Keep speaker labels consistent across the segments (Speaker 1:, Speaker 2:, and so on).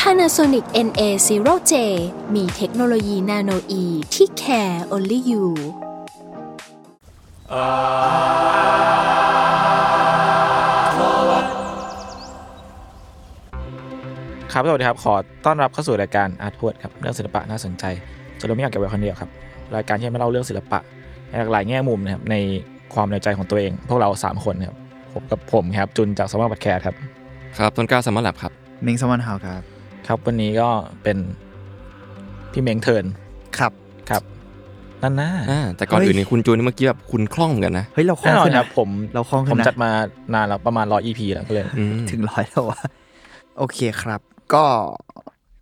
Speaker 1: Panasonic NA0J มีเทคโนโลยีนาโนอีที่ care only you
Speaker 2: ครับสวัสดีครับ ขอต้อนรับเข้าสู่รายการอาร์ทวดครับ เรื่องศิลปะน่าสนใจจะเราไม่อยากเก็บไว้คนเดียวครับ รายการที่จะมาเล่าเรื่องศิลปะในหลากหลายแง่มุมนะครับในความในใจของตัวเอง พวกเรา 3 คนครับผมกับผมครับ จุนจากสมาร์ทบัตแคร์ครับ
Speaker 3: ครับต้นกล้าสามารถหลับครับ
Speaker 4: มิงสมอนเฮาครับ
Speaker 2: ครับ วันนี้ก็เป็นพี่เมงเทิร์น
Speaker 4: ครับ
Speaker 2: ครับนั่นนะ
Speaker 3: อ่า แต่ก่อน
Speaker 4: เฮ้ย
Speaker 3: อื่นเนี่ยคุณจูนนี่เมื่อกี้แบบคุณคล่องเหมือนกันนะ
Speaker 4: เฮ้ย เราคล่
Speaker 2: แน่
Speaker 4: อง
Speaker 2: นอน
Speaker 4: ขึ้
Speaker 2: ค
Speaker 4: นนะ
Speaker 2: รับผม
Speaker 4: เราคล่อง
Speaker 2: ผ
Speaker 4: ขึ้น
Speaker 2: ม
Speaker 4: นะ
Speaker 2: จัดมานานแล้วประมาณร้อยอีพีแล้วก็เลย
Speaker 3: อืม
Speaker 4: ถึงร้อยแล้วอะ โอเคครับ ก็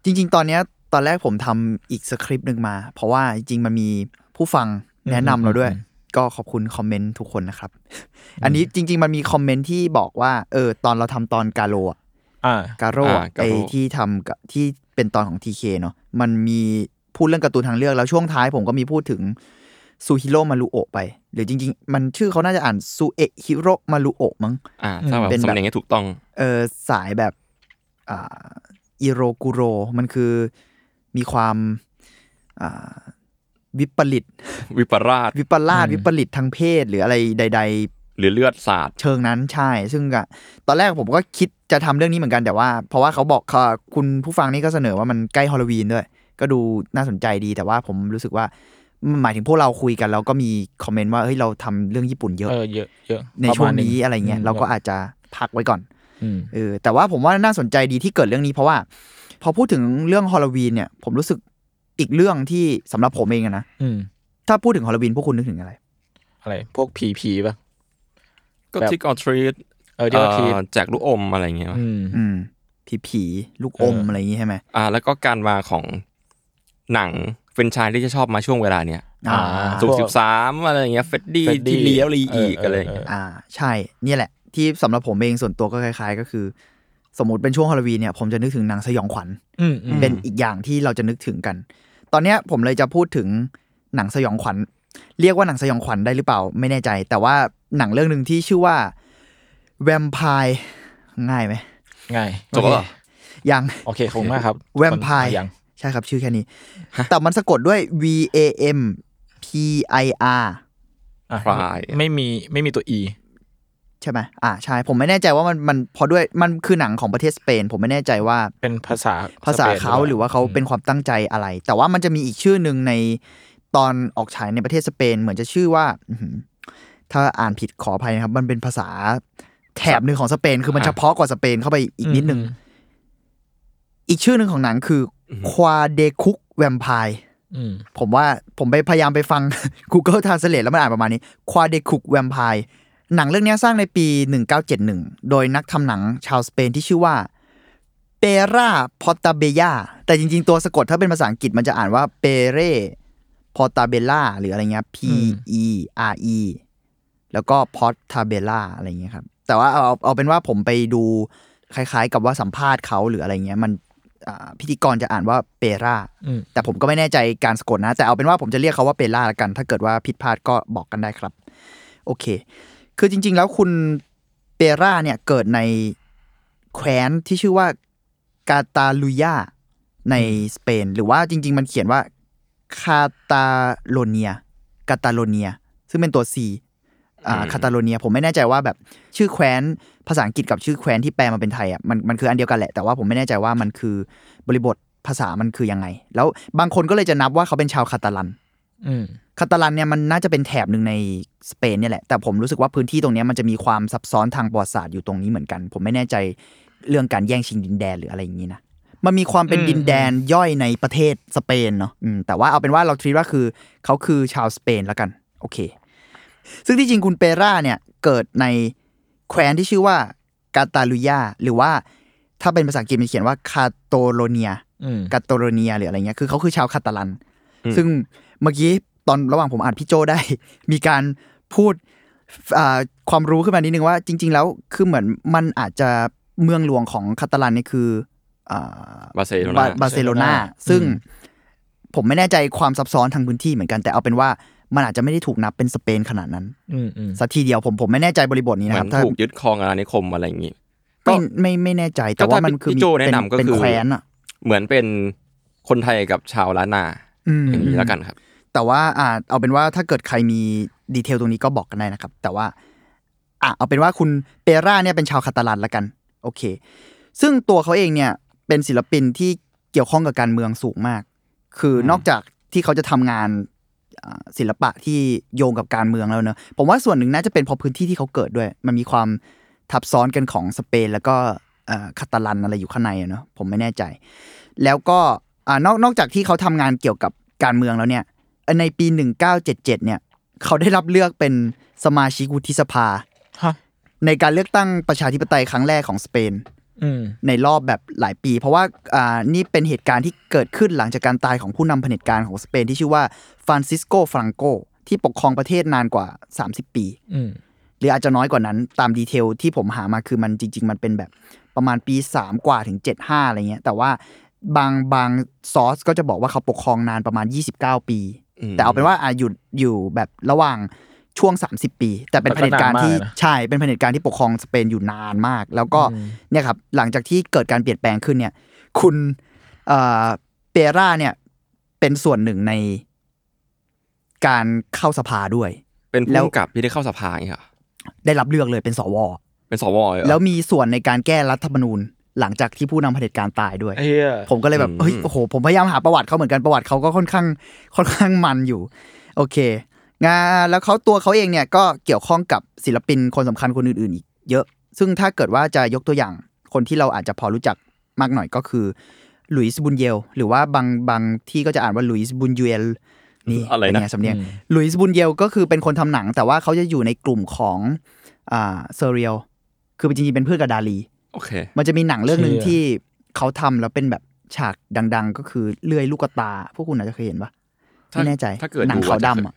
Speaker 4: จริง ๆ ตอนเนี้ยตอนแรกผมทำอีกสคริปต์หนึ่งมา เพราะว่าจริง ๆ มันมีผู้ฟังแนะนำเราด้วย ก็ขอบคุณคอมเมนต์ทุกคนนะครับ อันนี้จริง ๆ มันมีคอมเมนต์ที่บอกว่า เออ ตอนเราทำตอนกาโลอะ
Speaker 2: อ่า
Speaker 4: กาโร่อะ
Speaker 3: อ่ากาโร่
Speaker 4: ไอที่ทำกับที่เป็นตอนของทีเคเนาะมันมีพูดเรื่องการ์ตูนทางเลือกแล้วช่วงท้ายผมก็มีพูดถึงซูฮิโร่มารุโอะไป หรือจริง ๆ มันชื่อเขาน่าจะอ่านซูเอะฮิโร่มารุโอะมั้ง
Speaker 3: อ่า ถ้าแบบ
Speaker 4: เป็นแบบ
Speaker 3: สำเนียงให้ถูกต้อง
Speaker 4: เออสายแบบอ่าอิโรกุโร มันคือมีความอ่าวิปริต
Speaker 3: วิปราช
Speaker 4: วิปลาสวิปริตทางเพศ หรืออะไรใด ๆ
Speaker 3: หรือเลือดสาด
Speaker 4: เชิงนั้นใช่ ซึ่งก็ตอนแรกผมก็คิดจะทำเรื่องนี้เหมือนกันแต่ว่า เพราะว่าเขาบอกค่ะคุณผู้ฟังนี่ก็เสนอว่ามันใกล้ฮอลลวีนด้วย ก็ดูน่าสนใจดีแต่ว่าผมรู้สึกว่าหมายถึงพวกเราคุยกัน แล้วก็มีคอมเมนต์ว่าเฮ้ยเราทำเรื่องญี่ปุ่นเยอะ
Speaker 2: เออเยอะเยอะ
Speaker 4: ใน
Speaker 2: ประ
Speaker 4: ช่ว
Speaker 2: มาง ณห
Speaker 4: นี้อะไรเงี้ย
Speaker 2: ม
Speaker 4: เราก็อาจจะพักไว้ก่อน
Speaker 2: อืม
Speaker 4: เออแต่ว่าผมว่าน่าสนใจดีที่เกิดเรื่องนี้เพราะว่า พอพูดถึงเรื่องฮอลลวีนเนี่ย ผมรู้สึกอีกเรื่องที่สำหรับผมเองอะนะ
Speaker 2: อืม
Speaker 4: ถ้าพูดถึงฮอลลวีนพวกคุณนึกถึงอะไร
Speaker 2: อะไรพวกผีผีป่ะ
Speaker 3: ก็
Speaker 2: แบบ
Speaker 3: ทิกออทรีต
Speaker 2: เออที่ว่าที
Speaker 3: แจกลูกอมอะไรอย่างเงี้ย
Speaker 2: อืม
Speaker 4: อืมผีผีๆลูกอม
Speaker 2: เอออ
Speaker 4: อะไรอย่างงี้ใช่ไหม
Speaker 3: อ่า แล้วก็การมาของหนังเฟรนไชายที่จะชอบมาช่วงเวลาเนี้ย
Speaker 4: อ่า
Speaker 2: อ่า
Speaker 3: สุกสิบสามอะไรอย่างเงี้ยเฟดดี้
Speaker 2: Freddy
Speaker 3: ที่เลี้ยวลีอีกอะไรอย่าง
Speaker 2: เอ
Speaker 3: เงี้ย
Speaker 2: อเออเออ
Speaker 4: อ่าใช่เนี่ยแหละ ที่สำหรับผมเองส่วนตัวก็คล้าย ๆ ก็คือ สมมติเป็นช่วงฮอลลวีนเนี่ยผมจะนึกถึงหนังสยองขวัญ
Speaker 2: อืมอืม
Speaker 4: เป็นอีกอย่างที่เราจะนึกถึงกัน ตอนเนี้ยผมเลยจะพูดถึงหนังสยองขวัญ เรียกว่าหนังสยองขวัญได้หรือเปล่าไม่แน่ใจ แต่ว่าหนังเรื่องหนึ่งที่ชื่อว่าแวมไพร์ง่ายไหม
Speaker 2: ง่าย
Speaker 3: จบแล้วเหรอ
Speaker 4: ยัง
Speaker 2: โอเคขอบคุณมากครับ
Speaker 4: Vampire
Speaker 2: ยัง
Speaker 4: ใช่ครับชื่อแค่นี้ แต่มันสะกดด้วย V A M P I R
Speaker 2: อ่ะ
Speaker 3: Cry
Speaker 2: ไม่มีไม่มีตัว e
Speaker 4: ใช่ไหมอ่าใช่ผมไม่แน่ใจว่ามันมันเพราะด้วยมันคือหนังของประเทศสเปน ผมไม่แน่ใจว่า
Speaker 2: เป็นภาษา
Speaker 4: ภาษาเขาหรือว่าเขาเป็นความตั้งใจอะไร แต่ว่ามันจะมีอีกชื่อหนึ่งในตอนออกฉายในประเทศสเปน เหมือนจะชื่อว่าอื้อหือถ้าอ่านผิดขออภัยนะครับ มันเป็นภาษาแถบหนึ่งของสเปน คือมัน
Speaker 3: อ่ะ
Speaker 4: เฉพาะกว่าสเปนเข้าไปอีกนิดหนึ่งอีกชื่อหนึ่งของหนังคือควาเดคุกแวมไพร์
Speaker 2: อืม
Speaker 4: ผมว่าผมไปพยายามไปฟัง Google Translate แล้วมันอ่านประมาณนี้ควาเดคุกแวมไพร์หนังเรื่องเนี้ยสร้างในปี 1971 โดยนักทำหนังชาวสเปนที่ชื่อว่า เปราพอตาเบยาแต่จริง ๆ ตัวสะกดถ้าเป็นภาษาอังกฤษมันจะอ่านว่าเปเรพอตาเบล่าหรืออะไรเงี้ย P E R E แล้วก็พอตาเบล่าอะไรเงี้ยครับ แต่ว่าเอาเอาเป็นว่าผมไปดูคล้าย ๆ กับว่าสัมภาษณ์เขาหรืออะไรเงี้ย มันอ่าพิธีกรจะอ่านว่าเปรา
Speaker 2: อืม
Speaker 4: แต่ผมก็ไม่แน่ใจการสะกดนะ แต่เอาเป็นว่าผมจะเรียกเขาว่าเปราละกัน ถ้าเกิดว่าผิดพลาดก็บอกกันได้ครับ โอเค คือจริง ๆ แล้วคุณเปราเนี่ยเกิดในแคว้นที่ชื่อว่ากาตาลุยาในสเปน หรือว่าจริง ๆ มันเขียนว่าคาตาโลเนียกาตาโลเนีย ซึ่งเป็นตัว C อ่า
Speaker 3: อืม
Speaker 4: คาตาโลเนีย ผมไม่แน่ใจว่าแบบชื่อแคว้นภาษาอังกฤษกับชื่อแคว้นที่แปลมาเป็นไทยอ่ะมันมันคืออันเดียวกันแหละ แต่ว่าผมไม่แน่ใจว่ามันคือบริบทภาษามันคือยังไง แล้วบางคนก็เลยจะนับว่าเขาเป็นชาวคาตาลัน
Speaker 2: อืม
Speaker 4: คาตาลันเนี่ยมันน่าจะเป็นแถบหนึ่งในสเปนเนี่ยแหละ แต่ผมรู้สึกว่าพื้นที่ตรงเนี้ยมันจะมีความซับซ้อนทางประวัติศาสตร์อยู่ตรงนี้เหมือนกัน ผมไม่แน่ใจเรื่องการแย่งชิงดินแดนหรืออะไรอย่างนี้นะ มันมีความเป็นดินแดนย่อยในประเทศสเปนเนาะอืมแต่ว่าเอาเป็นว่าเราทีว่าคือเขาคือชาวสเปนแล้วกัน โอเค ซึ่งที่จริงคุณเปราเนี่ยเกิดในแคว้นที่ชื่อว่ากาตาลุยาหรือว่าถ้าเป็นภาษาอังกฤษมันเขียนว่าคาโตโลเนีย
Speaker 2: อืม
Speaker 4: กาตาโรเนียหรืออะไรเงี้ยคือเขาคือชาวคาตาลัน
Speaker 3: อืม
Speaker 4: ซึ่งเมื่อกี้ตอนระหว่างผมอ่านพี่โจได้ มีการพูดอ่าความรู้ขึ้นมานิดนึงว่าจริง ๆ แล้วคือเหมือนมันอาจจะเมืองหลวงของคาตาลันนี่คืออ่า
Speaker 3: บาร์เซโล
Speaker 4: บา
Speaker 3: นา
Speaker 4: บาร์เซโลนา
Speaker 2: Barcelona
Speaker 4: ซึ่ง
Speaker 2: อืม
Speaker 4: ผมไม่แน่ใจความซับซ้อนทางพื้นที่เหมือนกัน แต่เอาเป็นว่ามันอาจจะไม่ได้ถูกนับเป็นสเปนขนาดนั้น
Speaker 2: อืมอืม
Speaker 4: สักทีเดียวผมผมไม่แน่ใจบริบทนี้
Speaker 3: เหมื
Speaker 4: นะค
Speaker 3: อ
Speaker 4: รับ
Speaker 3: น
Speaker 4: ถ้า
Speaker 3: ถูกยึดครองอาณานิคมอะไรอย่างนี้
Speaker 4: ไม่ไม่ไม่แน่ใจ แต่ว่ามันคือ
Speaker 3: ก็ถ้าพี่
Speaker 4: มี
Speaker 3: โจแนะนำก็คือ
Speaker 4: เป็นแคว้นอ่ะ
Speaker 3: เหมือนเป็นคนไทยกับชาวล้านนา
Speaker 4: อืม
Speaker 3: อย่างนี้แล้วกันครับ
Speaker 4: แต่ว่าอ่าเอาเป็นว่าถ้าเกิดใครมีดีเทลตรงนี้ก็บอกกันได้นะครับ แต่ว่าอ่ะเอาเป็นว่าคุณเปร่าเนี่ยเป็นชาวคาตาลันละกัน โอเค ซึ่งตัวเขาเองเนี่ยเป็นศิลปินที่เกี่ยวข้องกับการเมืองสูงมาก คืออนอกจากที่เขาจะทำงานอ่าศิลปะที่โยงกับการเมืองแล้วเนอะผมว่าส่วนหนึ่งน่าจะเป็นเพราะพื้นที่ที่เขาเกิดด้วย มันมีความทับซ้อนกันของสเปน แล้วก็เอ่อคาตาลันอะไรอยู่ข้างในอะเนอะผมไม่แน่ใจ แล้วก็อ่านอกนอกจากที่เขาทำงานเกี่ยวกับการเมืองแล้วเนี่ยในปี 1977เนี่ยเขาได้รับเลือกเป็นสมาชิกวุฒิสภา
Speaker 2: ฮะ
Speaker 4: ในการเลือกตั้งประชาธิปไตยครั้งแรกของสเปน
Speaker 2: อืม
Speaker 4: ในรอบแบบหลายปี เพราะว่าอ่านี่เป็นเหตุการณ์ที่เกิดขึ้นหลังจากการตายของผู้นำเผด็จการของสเปนที่ชื่อว่าฟรานซิสโกฟรังโกที่ปกครองประเทศนานกว่า 30 ปี
Speaker 2: อืม
Speaker 4: หรืออาจจะน้อยกว่านั้นตามดีเทลที่ผมหามาคือมันจริง ๆ มันเป็นแบบประมาณปี 3 กว่าถึง 75 อะไรเงี้ย แต่ว่าบางบางซอสก็จะบอกว่าเขาปกครองนานประมาณ 29 ปี
Speaker 3: อืม
Speaker 4: แต่เอาเป็นว่าอายุอยู่แบบระหว่างช่วง 30 ปี แต่เป็นเผด็จการที่
Speaker 2: ก็นานมากนะ
Speaker 4: ใช่เป็นเผด็จการที่ปกครองสเปนอยู่นานมาก แล้วก็เนี่ยครับหลังจากที่เกิดการเปลี่ยนแปลงขึ้นเนี่ยคุณเอ่อเปร่าเนี่ยเป็นส่วนหนึ่งในการเข้าสภาด้วย
Speaker 3: เป็น
Speaker 4: แล้
Speaker 3: ผู้
Speaker 4: ว
Speaker 3: กำกับที่ได้เข้าสภาอย่างนี้ค่ะ
Speaker 4: ได้รับเลือกเลยเป็นสว
Speaker 3: เป็นสวเลยเหรอ
Speaker 4: แล้วมีส่วนในการแก้รัฐธรรมนูญหลังจากที่ผู้นำเผด็จการตายด้วย
Speaker 2: ไอ้เหี้ย
Speaker 4: ผมก็เลยแบบ
Speaker 3: อืม
Speaker 4: เฮ้ยโอ้โหผมพยายามหาประวัติเขาเหมือนกันประวัติเขาก็ค่อนข้างค่อนข้างมันอยู่ โอเคงานแล้วเขาตัวเขาเองเนี่ยก็เกี่ยวข้องกับศิลปินคนสำคัญคนอื่นๆอีกเยอะ ซึ่งถ้าเกิดว่าจะยกตัวอย่างคนที่เราอาจจะพอรู้จักมากหน่อยก็คือหลุยส์บุญเยลหรือว่าบางบางที่ก็จะอ่านว่าหลุยส์บุญยูเอลนี่
Speaker 3: อะไรนะ
Speaker 4: เป็งสำเนียงหลุยส์บุญเยลก็คือเป็นคนทำหนัง แต่ว่าเขาจะอยู่ในกลุ่มของอ่าเซเรียลคือจริงๆเป็นเพื่อนกับดาลี
Speaker 3: โอเค
Speaker 4: มันจะมีหนังเรื่องหนึ่งที่เขาทำแล้วเป็นแบบฉากดัง ๆ ก็คือเลื่อยลูกตา พวกคุณอาจจะเคยเห็นปะ
Speaker 3: ถ้า
Speaker 4: ไม่แน่ใจ
Speaker 3: ถ้าเกิด
Speaker 4: หนัง
Speaker 3: ดู
Speaker 4: ขาว
Speaker 3: อาจจะ
Speaker 4: ดำอะ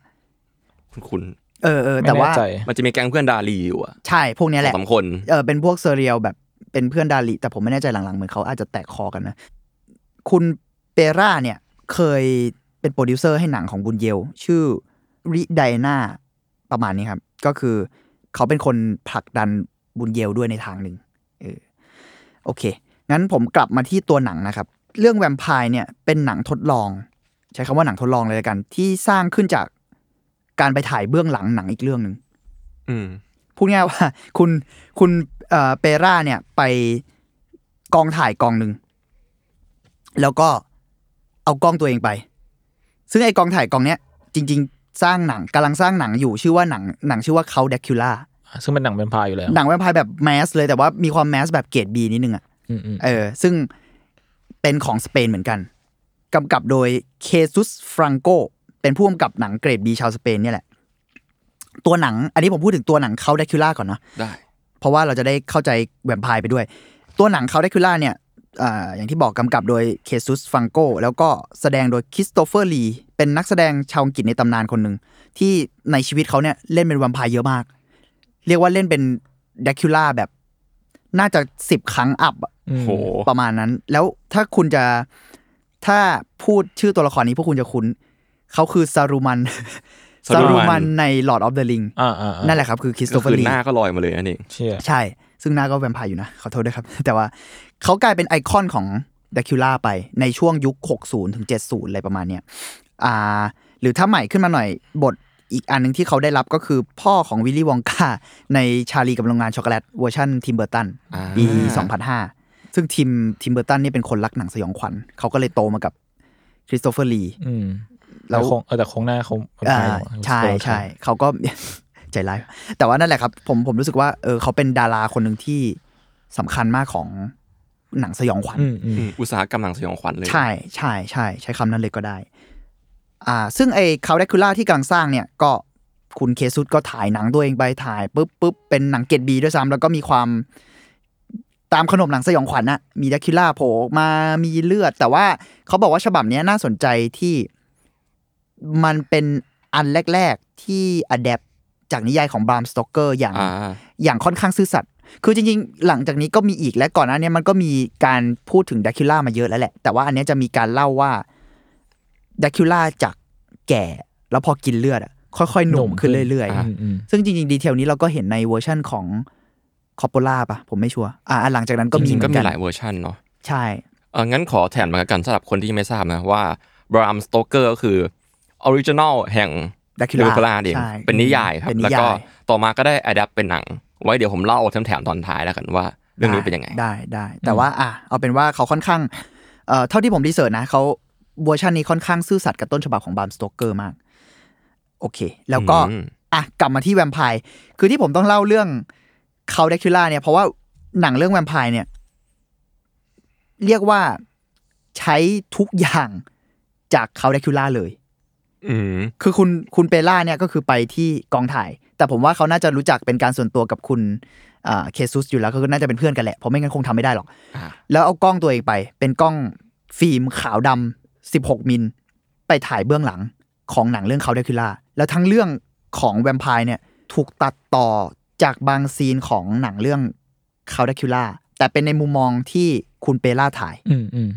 Speaker 3: คุณคุณ
Speaker 4: เออเออ
Speaker 2: ไม่
Speaker 4: แต่ว่า
Speaker 2: น่ใจ
Speaker 3: มันจะมีแก๊งเพื่อนดาลีอยู่อะ
Speaker 4: ใช่พวกเนี้ยแห
Speaker 3: ส
Speaker 4: ละ
Speaker 3: องสามคน
Speaker 4: เออเป็นพวกเซเรียลแบบเป็นเพื่อนดาลิแต่ผมไม่แน่ใจหลังๆ เหมือนเขาอาจจะแตกคอกันนะ คุณเปร่าเนี่ยเคยเป็นโปรดิวเซอร์ให้หนังของบุญเยล ชื่อริไดนาประมาณนี้ครับ ก็คือเขาเป็นคนผลักดันบุญเยลด้วยในทางหนึ่งเออโอเค งั้นผมกลับมาที่ตัวหนังนะครับ เรื่องแวมไพร์เนี่ยเป็นหนังทดลอง ใช้คำว่าหนังทดลองเลยละกัน ที่สร้างขึ้นจากการไปถ่ายเบื้องหลังหนังอีกเรื่องหนึ่ง
Speaker 3: อืม
Speaker 4: พูดง่ายว่า คุณคุณเอ่อเปร่าเนี่ยไปกองถ่ายกองหนึ่ง แล้วก็เอากล้องตัวเองไป ซึ่งไอ้กองถ่ายกองเนี้ย จริง ๆ สร้างหนังกำลังสร้างหนังอยู่ชื่อว่าหนังหนังชื่อว่าเขาเดคิล่า
Speaker 2: ซึ่งเป็นหนังเป็นพายอยู่แล้ว
Speaker 4: หนังแวมไพร์แบบแมสเลยแต่ว่ามีความแมสแบบเกรดบีนิดนึงอ่ะ
Speaker 2: อืมอืม
Speaker 4: เออซึ่งเป็นของสเปนเหมือนกัน กำกับโดยเคซุสฟรังโกเป็นผู้กำกับหนังเกรดบีชาวสเปนเนี่ยแหละ ตัวหนัง อันนี้ผมพูดถึงตัวหนังเขาเดคิล่าก่อนเนอะ
Speaker 3: ได้
Speaker 4: เพราะว่าเราจะได้เข้าใจแวมไพร์ไปด้วย ตัวหนังเขาได้คิล่าเนี่ยอ่าอย่างที่บอกกำกับโดยเคซุสฟังโกแล้วก็แสดงโดยคริสโตเฟอร์ลีเป็นนักแสดงชาวอังกฤษในตำนานคนหนึ่ง ที่ในชีวิตเขาเนี่ยเล่นเป็นแวมไพร์เยอะมาก เรียกว่าเล่นเป็นแดคิล่าแบบน่าจะสิบครั้งอัพอะ
Speaker 2: อืม
Speaker 3: โห
Speaker 4: ประมาณนั้น แล้วถ้าคุณจะถ้าพูดชื่อตัวละครนี้พวกคุณจะคุ้น เขาคือซารูมัน
Speaker 3: ซา
Speaker 4: ซา
Speaker 3: รู
Speaker 4: รู
Speaker 3: มั
Speaker 4: มัน นใน Lord of the Ring
Speaker 2: อ่าอ่าอ่า
Speaker 4: นั่นแหละครับ คือคริสโต
Speaker 3: ก็
Speaker 4: เฟอ
Speaker 3: คื
Speaker 4: ร์
Speaker 3: อ
Speaker 4: ลี
Speaker 3: หน้าก็ลอยมาเลยนั่นเอง
Speaker 2: เชี่ย
Speaker 4: ใช่ ซึ่งหน้าก็แวมไพร์อยู่นะ ขอโทษด้วยครับ แต่ว่าเขากลายเป็นไอคอนของด a คิล่าไปในช่วงยุค 60 ถึง 70 อะไรประมาณเนี้ยอ่า หรือถ้าใหม่ขึ้นมาหน่อยบทอีกอันหนึ่งที่เขาได้รับก็คือพ่อของวิลลี่วองกา ในชาลีกับโรงงานช็อกโกแลตเวอร์ชันทิมเบอร์ตัน
Speaker 3: อ่า
Speaker 4: ปี 2005 ซึ่งทีมทีมเบอร์ตันนี่เป็นคนรักหนังสยองขวัญ เขาก็เลยโตมากับคริสโตเฟอร์ลี
Speaker 2: อืม
Speaker 4: แล้
Speaker 2: แล้ว วคงเออแต่คงหน้าเขาเป็น
Speaker 4: อ่า
Speaker 2: พายอยู่
Speaker 4: ใช่ใช่เขาก็ ใจร้าย แต่ว่านั่นแหละครับ ผมผมรู้สึกว่าเออเขาเป็นดาราคนหนึ่งที่สำคัญมากของหนังสยองขวัญ
Speaker 2: อืมอืม
Speaker 3: อืมอุตสาหกรรมหนังสยองขวัญเลย
Speaker 4: ใช่ใช่ใช่ใช้คำนั้นเลยก็ได้ อ่า ซึ่งไอ้คาเดคูล่าที่กำลังสร้างเนี่ย ก็คุณเคซุสก็ถ่ายหนังตัวเองไปถ่ายปุ๊บปุ๊บเป็นหนังเกรดบีด้วยซ้ำแล้วก็มีความ ตามขนบหนังสยองขวัญน่ะมีดักคิล่าโผล่ออกมามีเลือด แต่ว่าเขาบอกว่าฉบับเนี้ยน่าสนใจที่มันเป็นอันแรก ๆ ที่อัดแอปจากนิยายของบรามสโตเกอร์อย่าง
Speaker 3: อ่า
Speaker 4: อย่างค่อนข้างซื่อสัตย์ คือจริงๆ หลังจากนี้ก็มีอีกและก่อนหน้าเนี้มันก็มีการพูดถึงดักคิล่ามาเยอะแล้วแหละ แต่ว่าอันเนี้ยจะมีการเล่าว่าดักคิล่าจากแก่ แล้วพอกินเลือดอะค่อยๆ หนุ่มขึ้นเรื่อย
Speaker 3: อ่า
Speaker 2: อืมอืม
Speaker 4: ๆ ซึ่งจริงๆ ดีเทลนี้เราก็เห็นในเวอร์ชั่นของคอปโปล่าปะผมไม่ชัวร์ อ่าหลังจากนั้นก็มี
Speaker 3: จริงๆก็
Speaker 4: เหมื
Speaker 3: มี
Speaker 4: อน
Speaker 3: ห
Speaker 4: กั
Speaker 3: ลาย
Speaker 4: น
Speaker 3: เวอร์ชันเนาะ
Speaker 4: ใช่
Speaker 3: เอองั้นขอแถมมากันสำหรับคนที่ยังไม่ทราบนะว่าบรามสโตเกอร์ก็คือออริจินอลแห่ง
Speaker 4: Dracula
Speaker 3: คูล่าเอง
Speaker 4: ใช่
Speaker 3: เป็นนิยายครับ
Speaker 4: เป็นนิ
Speaker 3: แล้
Speaker 4: ยาย
Speaker 3: วก็ต่อมาก็ได้อัด p t เป็นหนัง ไว้เดี๋ยวผมเล่าแถมๆตอนท้ายแล้วกันว่า เรื่องนี้เป็นยังไง
Speaker 4: ได้ได้ แต่ว่าอ่ะเอาเป็นว่าเขาค่อนข้างเอ่อเท่าที่ผมรีเสิร์ชนะเขาเวอร์ชันนี้ค่อนข้างซื่อสัตย์กับต้นฉบับของบามสโตเกอร์มาก โอเค แล้วก็
Speaker 3: อืม
Speaker 4: อ่ะกลับมาที่แวมไพร์คือที่ผมต้องเล่าเรื่องเขาเดคิล่าเนี่ย เพราะว่าหนังเรื่องแวมไพร์เนี่ย เรียกว่าใช้ทุกอย่างจากเขาเดคิล่าเลย
Speaker 3: อืม
Speaker 4: คือคุณคุณเปล่าเนี่ยก็คือไปที่กองถ่าย แต่ผมว่าเขาน่าจะรู้จักเป็นการส่วนตัวกับคุณเอ่อเคซุสอยู่แล้วก็คือน่าจะเป็นเพื่อนกันแหละเพราะไม่งั้นคงทำไม่ได้หรอก
Speaker 3: อ่า
Speaker 4: แล้วเอากล้องตัวเองไป เป็นกล้องฟิล์มขาวดำสิบหกมิล ไปถ่ายเบื้องหลังของหนังเรื่องเขาเดคิล่าแล้วทั้งเรื่องของแวมไพร์เนี่ยถูกตัดต่อจากบางซีนของหนังเรื่องเขาเดคิล่าแต่เป็นในมุมมองที่คุณเปล่าถ่าย
Speaker 2: อืมอืม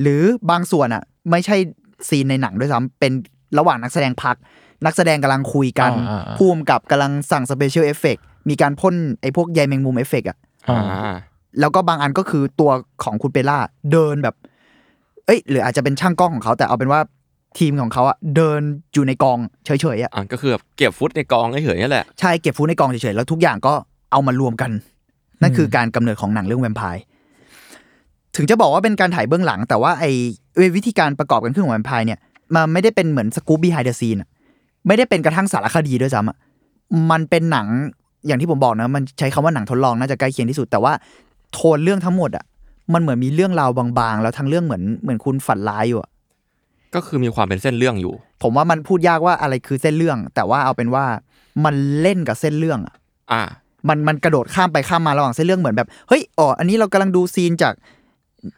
Speaker 4: หรือบางส่วนอ่ะ ไม่ใช่ซีนในหนังด้วยซ้ำเป็นระหว่างนักแสดงพัก นักแสดงกำลังคุยกัน
Speaker 2: อ่าอ่า
Speaker 4: พูมกับกำลังสั่งสเปเชียลเอฟเฟกมีการพ่นไอ้พวกใยแมงมุมเอฟเฟกอ่ะ
Speaker 2: อ่า
Speaker 3: อ่า
Speaker 4: แล้วก็บางอันก็คือตัวของคุณเปล่าเดินแบบ เอ้ย หรืออาจจะเป็นช่างกล้องของเขาแต่เอาเป็นว่าทีมของเขาอ่ะเดินอยู่ในกองเฉยๆอ่ะ
Speaker 3: อ่าก็คือแบบเก็บฟุตในกองเฉยๆนี่แหละ
Speaker 4: ใช่เก็บฟูในกองเฉยๆแล้วทุกอย่างก็เอามารวมกัน นั่นคือการกำเนิดของหนังเรื่องแวมไพร์ถึงจะบอกว่าเป็นการถ่ายเบื้องหลัง แต่ว่าไอ้เอ้ยวิธีการประกอบกันขึ้นของแวมไพร์เนี่ยมันไม่ได้เป็นเหมือนสกู๊ปบีไฮเดอร์ซีนไม่ได้เป็นกระทั่งสารคดีด้วยซ้ำอะมันเป็นหนังอย่างที่ผมบอกนะ มันใช้คำว่าหนังทดลองน่าจะใกล้เคียงที่สุด แต่ว่าโทนเรื่องทั้งหมดอ่ะ มันเหมือนมีเรื่องราวบางๆ แล้วทั้งเรื่องเหมือนเหมือนคุณฝันร้ายอยู่อะ
Speaker 3: ก็คือมีความเป็นเส้นเรื่องอยู่
Speaker 4: ผมว่ามันพูดยากว่าอะไรคือเส้นเรื่อง แต่ว่าเอาเป็นว่ามันเล่นกับเส้นเรื่องอะ
Speaker 3: อ่า
Speaker 4: มันมันกระโดดข้ามไปข้ามมาระหว่างเส้นเรื่องเหมือนแบบเฮ้ยอ๋ออันนี้เรากำลังดูซีนจาก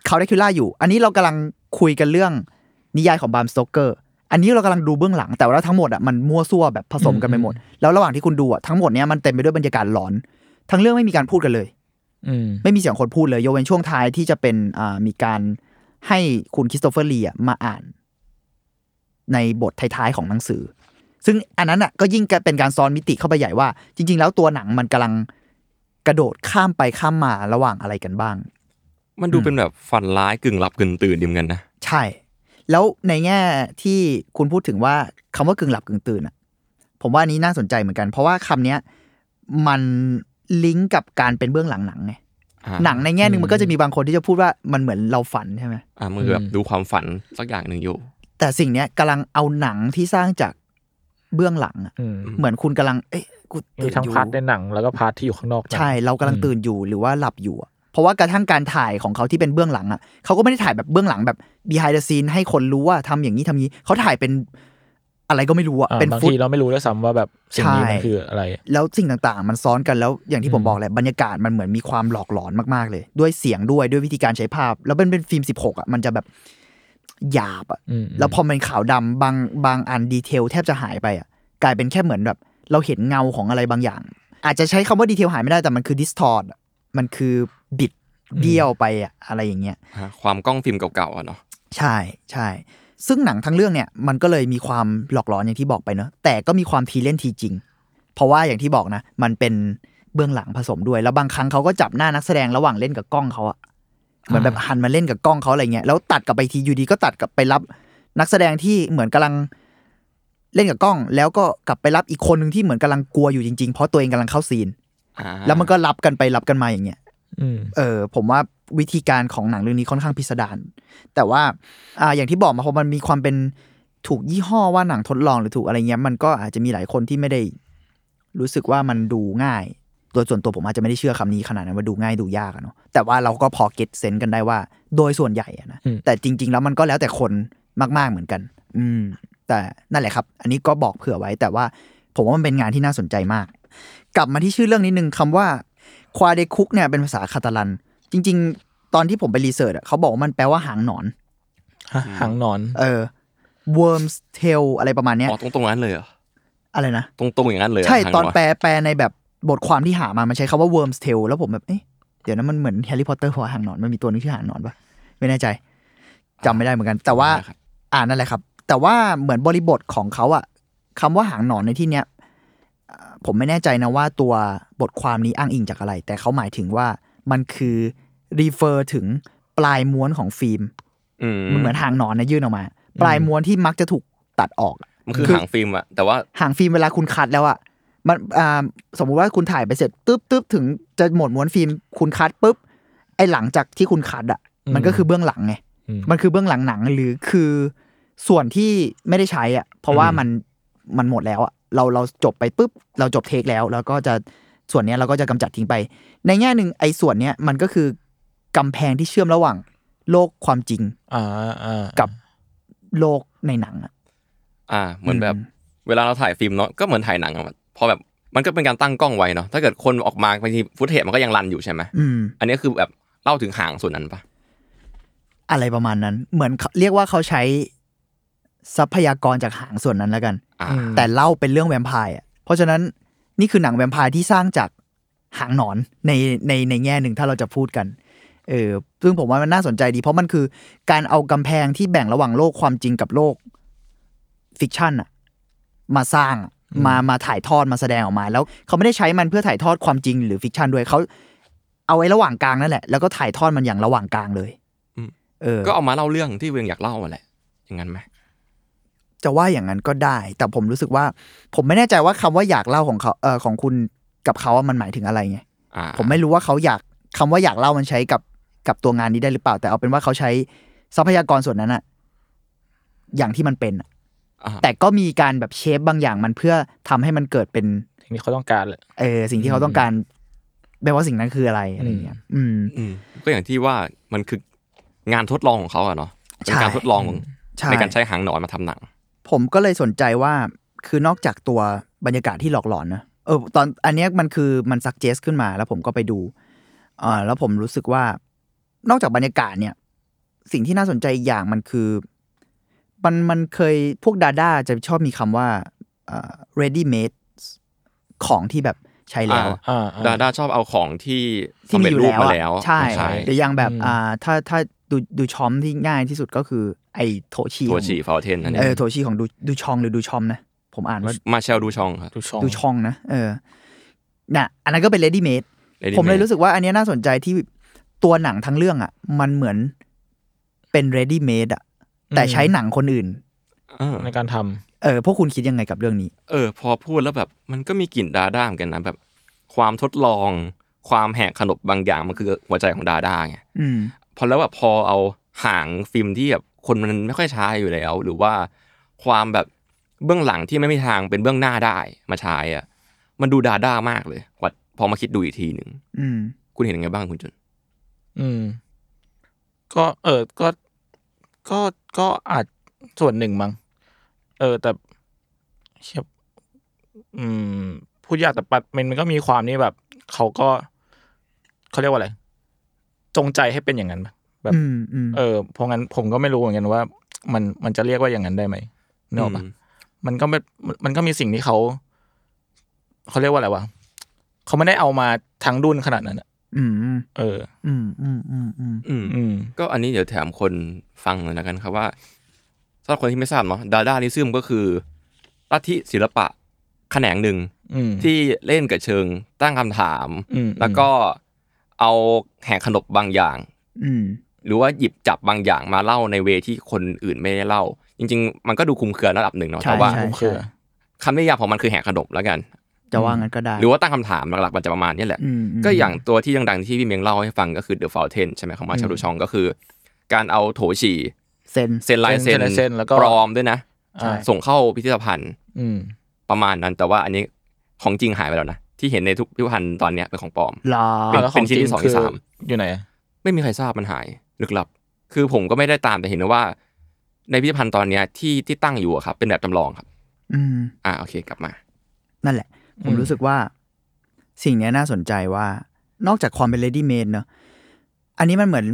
Speaker 4: เขาได้คิล่าอยู่ อันนี้เรากำลังคุยกันเรื่องนิยายของบามสโตเกอร์อันนี้เรากำลังดูเบื้องหลังแต่ว่าทั้งหมดอะมันมั่วซั่วแบบผสมกันไปหมด แล้วระหว่างที่คุณดูอะทั้งหมดเนี้ยมันเต็มไปด้วยบรรยากาศหลอน ทั้งเรื่องไม่มีการพูดกันเลย
Speaker 2: อืม
Speaker 4: ไม่มีเสียงคนพูดเลยยกเว้นช่วงท้ายที่จะเป็นอ่ามีการให้คุณคริสโตเฟอร์ลีอะมาอ่าน ในบทท้ายๆของหนังสือ ซึ่งอันนั้นอ่ะก็ยิ่งกลายเป็นการซ้อนมิติเข้าไปใหญ่ว่า จริง ๆ แล้วตัวหนังมันกำลังกระโดดข้ามไปข้ามมาระหว่างอะไรกันบ้าง
Speaker 3: มันดูเป็นแบบฝันร้ายกึ่งหลับกึ่งตื่นดิมอนกันนะ
Speaker 4: ใช่ แล้วในแง่ที่คุณพูดถึงว่าคำว่ากึ่งหลับกึ่งตื่นอ่ะ ผมว่าอันนี้น่าสนใจเหมือนกัน เพราะว่าคำเนี้ยมันลิงก์กับการเป็นเบื้องหลังหนังไง
Speaker 3: อ่า
Speaker 4: หนังในแง่หนึ่งมันก็จะมีบางคนที่จะพูดว่ามันเหมือนเราฝันใช่ไหม
Speaker 3: อ่ามือแบบดูความฝันสักอย่างหนึ่งอยู่
Speaker 4: แต่สิ่งเนี้ยกำลังเอาหนังที่สร้างจากเบื้องหลังอะ
Speaker 2: อืม
Speaker 4: เหมือนคุณกำลัง เอ้ยกู
Speaker 2: มี
Speaker 4: ตื่น
Speaker 2: ทั้ง
Speaker 4: อยู่
Speaker 2: พาร์ทในหนังแล้วก็พาร์ทที่อยู่ข้างนอกหนัง
Speaker 4: ใช่เรากำลัง
Speaker 2: อืม
Speaker 4: ตื่นอยู่หรือว่าหลับอยู่อะเพราะว่ากระทั่งการถ่ายของเขาที่เป็นเบื้องหลังอ่ะเขาก็ไม่ได้ถ่ายแบบเบื้องหลังแบบ behind the scene ให้คนรู้ว่าทำอย่างนี้ทำนี้เขาถ่ายเป็นอะไรก็ไม่รู้อ่ะ
Speaker 2: อ่า
Speaker 4: เป็น
Speaker 2: บาง
Speaker 4: ฟุต
Speaker 2: ทีเราไม่รู้ด้วยซ้ำว่าแบบสิ่งนี้
Speaker 4: ใช่
Speaker 2: มันคืออะไร
Speaker 4: แล้วสิ่งต่างๆ มันซ้อนกันแล้วอย่างที่ผม
Speaker 2: อืม
Speaker 4: บอกแหละบรรยากาศมันเหมือนมีความหลอกหลอนมากๆเลย ด้วยเสียงด้วยด้วยวิธีการใช้ภาพ แล้วเป็นเป็นฟิล์ม16อ่ะมันจะแบบหยาบอ่ะ
Speaker 2: อืม
Speaker 4: แล้วพอมันขาวดำบางบางอันดีเทลแทบจะหายไปอ่ะกลายเป็นแค่เหมือนแบบ เราเห็นเงาของอะไรบางอย่าง อาจจะใช้คำว่าดีเทลหายไม่ได้แต่มันคือดิสทอร์มันคือบิดเบี้ยวไปอ่ะอะไรอย่างเงี้ย
Speaker 3: ฮะความกล้องฟิล์มเก่าๆอะเนาะ
Speaker 4: ใช่ใช่ ซึ่งหนังทั้งเรื่องเนี่ยมันก็เลยมีความหลอกหลอนอย่างที่บอกไปเนอะแต่ก็มีความทีเล่นทีจริง เพราะว่าอย่างที่บอกนะ มันเป็นเบื้องหลังผสมด้วย แล้วบางครั้งเขาก็จับหน้านักแสดงระหว่างเล่นกับกล้องเขาอะเหมือนแบบหันมาเล่นกับกล้องเขาอะไรเงี้ยแล้วตัดกลับไปทีอยู่ดีก็ตัดกลับไปรับนักแสดงที่เหมือนกำลังเล่นกับกล้อง แล้วก็กลับไปรับอีกคนหนึ่งที่เหมือนกำลังกลัวอยู่จริงๆเพราะตัวเองกำลังเข้าซีน
Speaker 3: อ่า
Speaker 4: แล้วมันก็รับกันไปรับกันมาอย่างเงี้ย
Speaker 2: อืม
Speaker 4: เออผมว่าวิธีการของหนังเรื่องนี้ค่อนข้างพิสดารแต่ว่าอ่าอย่างที่บอกมาพอมันมีความเป็นถูกยี่ห้อว่าหนังทดลองหรือถูกอะไรเงี้ยมันก็อาจจะมีหลายคนที่ไม่ได้รู้สึกว่ามันดูง่ายโดยส่วนตัวผมอาจจะไม่ได้เชื่อคำนี้ขนาดนั้นว่าดูง่ายดูยากอะเนาะแต่ว่าเราก็พอเก็ตเซนส์กันได้ว่า โดยส่วนใหญ่อะนะแต่จริง ๆ แล้วมันก็แล้วแต่คนมาก ๆเหมือนกัน อืม แต่นั่นแหละครับ อันนี้ก็บอกเผื่อไว้ แต่ว่าผมว่ามันเป็นงานที่น่าสนใจมาก กลับมาที่ชื่อเรื่องนิดนึงคำว่าควาเดคุกเนี่ยเป็นภาษาคาตาลัน จริง ๆ ตอนที่ผมไปรีเสิร์ชอะเขาบอกว่ามันแปลว่าหางหนอน
Speaker 2: ฮะหางหนอน
Speaker 4: เออ worms tail อะไรประมาณเนี้ย
Speaker 3: อ๋อตรงตรงๆนั้นเลยเหรอ
Speaker 4: อะไรนะ
Speaker 3: ตรงตรงๆอย่างนั้นเลยเหร
Speaker 4: ใช่
Speaker 3: ทาง
Speaker 4: ตอน
Speaker 3: วะ
Speaker 4: แปลแปลในแบบบทความที่หามา มันใช้คาว่า worms tail แล้วผมแบบ เอ๊ะเดี๋ยวนั้นมันเหมือนแฮร์รี่พอตเตอร์หัวหางหนอน มันมีตัวนึงชื่อหางหนอนปะไม่แน่ใจจำไม่ได้เหมือนกัน แต่ว่า
Speaker 3: ครับ
Speaker 4: อ่านั่นแหละครับ แต่ว่าเหมือนบริบทของเขาอะคำว่าหางหนอนในที่เนี้ยเอ่อผมไม่แน่ใจนะว่าตัวบทความนี้อ้างอิงจากอะไร แต่เขาหมายถึงว่ามันคือ refer ถึงปลายม้วนของฟิล์ม
Speaker 3: อืม
Speaker 4: มันเหมือนหางหนอนนะยื่นออกมา ปลายม้วนที่มักจะถูกตัดออกอะ
Speaker 3: มันคือ
Speaker 4: คือ
Speaker 3: หางฟิล์มอะแต่ว่า
Speaker 4: หางฟิล์มเวลาคุณคัดแล้วอะมันอ่าสมมุติว่าคุณถ่ายไปเสร็จตึ๊บตึ๊บถึงจะหมดม้วนฟิล์มคุณคัดปุ๊บไอ้หลังจากที่คุณคัดอะมันก็คือเบื้องหลังไง
Speaker 2: อืม
Speaker 4: มันคือเบื้องหลังหนังหรือคือส่วนที่ไม่ได้ใช้อ่ะ เพราะว่า
Speaker 2: อืม
Speaker 4: มันมันหมดแล้วอ่ะเราเราจบไปปุ๊บ เราจบเทคแล้ว แล้วก็จะส่วนเนี้ยเราก็จะกำจัดทิ้งไป ในแง่หนึ่งไอ้ส่วนเนี้ยมันก็คือกำแพงที่เชื่อมระหว่าง โลกความจริง
Speaker 2: อ่าอ่า
Speaker 4: กับโลกในหนังอะ
Speaker 3: อ่าเหมือนแบบ
Speaker 4: อืม
Speaker 3: เวลาเราถ่ายฟิล์มเนาะก็เหมือนถ่ายหนังอะมันพอแบบมันก็เป็นการตั้งกล้องไว้เนาะถ้าเกิดคนออกมาบางทีฟุตเทจมันก็ยังรันอยู่ใช่ไหม
Speaker 4: อืม
Speaker 3: อันนี้คือแบบเล่าถึงหางส่วนนั้นปะ
Speaker 4: อะไรประมาณนั้น เหมือนเขาเรียกว่าเขาใช้ทรัพยากรจากหางส่วนนั้นแล้วกัน
Speaker 3: อ่า
Speaker 2: อืม
Speaker 4: แต่เล่าเป็นเรื่องแวมไพร์อะเพราะฉะนั้นนี่คือหนังแวมไพร์ที่สร้างจากหางหนอนในในในแง่หนึ่งถ้าเราจะพูดกัน เออซึ่งผมว่ามันน่าสนใจดี เพราะมันคือการเอากำแพงที่แบ่งระหว่างโลกความจริงกับโลกฟิกชันอะมาสร้างอะมามาถ่ายทอดมาแสดงออกมา แล้วเขาไม่ได้ใช้มันเพื่อถ่ายทอดความจริงหรือฟิกชันด้วยเขาเอาไอ้ระหว่างกลางนั่นแหละ แล้วก็ถ่ายทอดมันอย่างระหว่างกลางเลยเออ
Speaker 3: ก็เอามาเล่าเรื่องที่เวงอยากเล่าอะแหละอย่างนั้นไหม
Speaker 4: จะว่าอย่างนั้นก็ได้ แต่ผมรู้สึกว่า ผมไม่แน่ใจว่าคำว่าอยากเล่าของเขาเออของคุณกับเขาว่ามันหมายถึงอะไรไง
Speaker 3: อ่า
Speaker 4: ผมไม่รู้ว่าเขาอยากคำว่าอยากเล่ามันใช้กับกับตัวงานนี้ได้หรือเปล่า แต่เอาเป็นว่าเขาใช้ทรัพยากรส่วนนั้นอะอย่างที่มันเป็นอะ
Speaker 3: อ่า
Speaker 4: แต่ก็มีการแบบเชฟบางอย่างมันเพื่อทำให้มันเกิดเป็น
Speaker 2: สิ่งที่เขาต้องการแหละ
Speaker 4: เออสิ่งที่เขาต้องการแปลว่าสิ่งนั้นคืออะไรอะไรอย่างเงี้ยอืม
Speaker 3: อืมก็อย่างที่ว่ามันคืองานทดลองของเขาอะเนาะเป็นการ
Speaker 4: ใช่
Speaker 3: ทดลอง
Speaker 4: ช่
Speaker 3: ในการใช้หางหนอนมาทำหนัง
Speaker 4: ผมก็เลยสนใจว่าคือนอกจากตัวบรรยากาศที่หลอกหลอนนะเออตอนอันเนี้ยมันคือมันซักเจสขึ้นมาแล้วผมก็ไปดูเออแล้วผมรู้สึกว่านอกจากบรรยากาศเนี่ย สิ่งที่น่าสนใจอีกอย่างมันคือ มันมันเคยพวกดาด้าจะชอบมีคำว่าเอ่อ ready made ของที่แบบใช้แล้วอะ
Speaker 2: อ่าอ่า
Speaker 3: ดาด้าชอบเอาของที่
Speaker 4: ที่
Speaker 3: สำ
Speaker 4: มี
Speaker 3: เร็จ
Speaker 4: อยู่
Speaker 3: รูป
Speaker 4: แล้ว
Speaker 3: มา
Speaker 4: อะ
Speaker 3: แล้ว
Speaker 4: ใช่
Speaker 3: มาใช้
Speaker 4: หรืออย่างแบบ
Speaker 2: อืม
Speaker 4: อ่าถ้าถ้าดูดูชอมที่ง่ายที่สุดก็คือไอโถชี
Speaker 3: ตัว
Speaker 4: ของ
Speaker 3: ฉี่ฟาวเทนนั่นเอ
Speaker 4: เออง โถชีของดูดูชองหรือดูชอมนะ ผมอ่านว่า
Speaker 3: มาเชลดูชองครับ
Speaker 2: ดูช่อง
Speaker 4: ดูชองนะ เออน่ะอันนั้นก็เป็น ready made
Speaker 3: Ready
Speaker 4: ผมเลย
Speaker 3: Made
Speaker 4: รู้สึกว่าอันเนี้ยน่าสนใจที่ตัวหนังทั้งเรื่องอ่ะ มันเหมือนเป็น ready made อ่ะ แต่ใช้หนังคนอื่น
Speaker 3: อ่า
Speaker 2: ในการทำ
Speaker 4: เออพวกคุณคิดยังไงกับเรื่องนี้
Speaker 3: เออ พอพูดแล้วแบบมันก็มีกลิ่นดาด้าเหมือนกันนะแบบ ความทดลอง ความแหกขนบบางอย่างมันคือหัวใจของดาด้าไง
Speaker 4: อืม
Speaker 3: พอแล้วแบบพอเอาหางฟิล์มที่แบบคนมันไม่ค่อยใช้อยู่แล้ว หรือว่าความแบบเบื้องหลังที่ไม่มีทางเป็นเบื้องหน้าได้มาใช้อ่ะ มันดูดาด้ามากเลยกว่าพอมาคิดดูอีกทีหนึ่ง
Speaker 4: อืม
Speaker 3: คุณเห็นยังไงบ้างคุณจุน
Speaker 2: อืม ก็เออก็ก็ก็อาจส่วนหนึ่งมั้งเออ แต่เชียอืมพูดยากแต่ปัดมันมันก็มีความนี่แบบเขาก็เขาเรียกว่าอะไร จงใจให้เป็นอย่างนั้นปะแบบ
Speaker 4: อืมอืม
Speaker 2: เออเพราะงั้นผมก็ไม่รู้เหมือนกันว่า มันมันจะเรียกว่าอย่างนั้นได้ไหมเนกอะปะ
Speaker 3: ม
Speaker 2: มันก็ไม่มันก็มีสิ่งที่เขาเขาเรียกว่าอะไรวะเขาไม่ได้เอามาทั้งดุนขนาดนั้นอะ
Speaker 4: อืม
Speaker 2: เออ
Speaker 4: อืมอืมอืมอืม
Speaker 3: อืม
Speaker 2: อืม
Speaker 3: ก็อันนี้เดี๋ยวแถมคนฟังเลยนะกันครับว่าสำหรับคนที่ไม่ทราบเนาะดาดานิซึมก็คือลัทธิศิลปะแขนงหนึ่ง
Speaker 2: อืม
Speaker 3: ที่เล่นกับเชิงตั้งคำถาม
Speaker 2: อืม
Speaker 3: แล้วก็เอาแหกขนบบางอย่าง
Speaker 4: อืม
Speaker 3: หรือว่าหยิบจับบางอย่างมาเล่าในเวที่คนอื่นไม่ได้เล่า จริง ๆ มันก็ดูคลุมเครือระดับหนึ่งเนาะ
Speaker 4: ใช่
Speaker 3: แต่ว่า
Speaker 4: ใช่
Speaker 2: ผมเค
Speaker 4: ใช่
Speaker 2: ย
Speaker 3: คำนิยามของมันคือแหกขนบแล้วกัน
Speaker 4: จะว่างั้นก็ได้
Speaker 3: หรือว่าตั้งคำถามหลักๆมันจะประมาณนี้แหละ
Speaker 4: อืมม
Speaker 3: ก็อย่างตัวที่ดังๆที่พี่เมียงเล่าให้ฟังก็คือ The Fountain ใช่ไหมของมาชาดูชองก็คือ การเอาโถฉี่
Speaker 4: เซน
Speaker 3: เซ็นลาย
Speaker 2: เซ็
Speaker 3: เซ็
Speaker 2: นลายเซ็น
Speaker 3: น
Speaker 2: แล้วก็
Speaker 3: ปลอมด้วยนะ
Speaker 2: อ่า
Speaker 3: ส่งเข้าพิพิธภัณฑ์
Speaker 2: อืม
Speaker 3: ประมาณนั้น แต่ว่าอันนี้ของจริงหายไปแล้วนะ ที่เห็นในทุกพิพิธภัณฑ์ตอนเนี้ยเป็นของปลอม
Speaker 4: หรอ
Speaker 3: เป็น
Speaker 2: แล้วของ
Speaker 3: เป็นชิ้นที่สอง
Speaker 2: จริง
Speaker 3: ที่สาม
Speaker 2: คืออยู่ไหนอะ
Speaker 3: ไม่มีใครทราบมันหายลึกลับ คือผมก็ไม่ได้ตามแต่เห็นว่า ในพิพิธภัณฑ์ตอนเนี้ยที่ที่ตั้งอยู่อะครับ เป็นแบบจำลองครับ
Speaker 4: อืม
Speaker 3: อ่าโอเคกลับมา
Speaker 4: นั่นแหละ ผมรู้สึกว่าสิ่งเนี้ยน่าสนใจว่า นอกจากความเป็น ready made เนอะ อันนี้มันเหมือน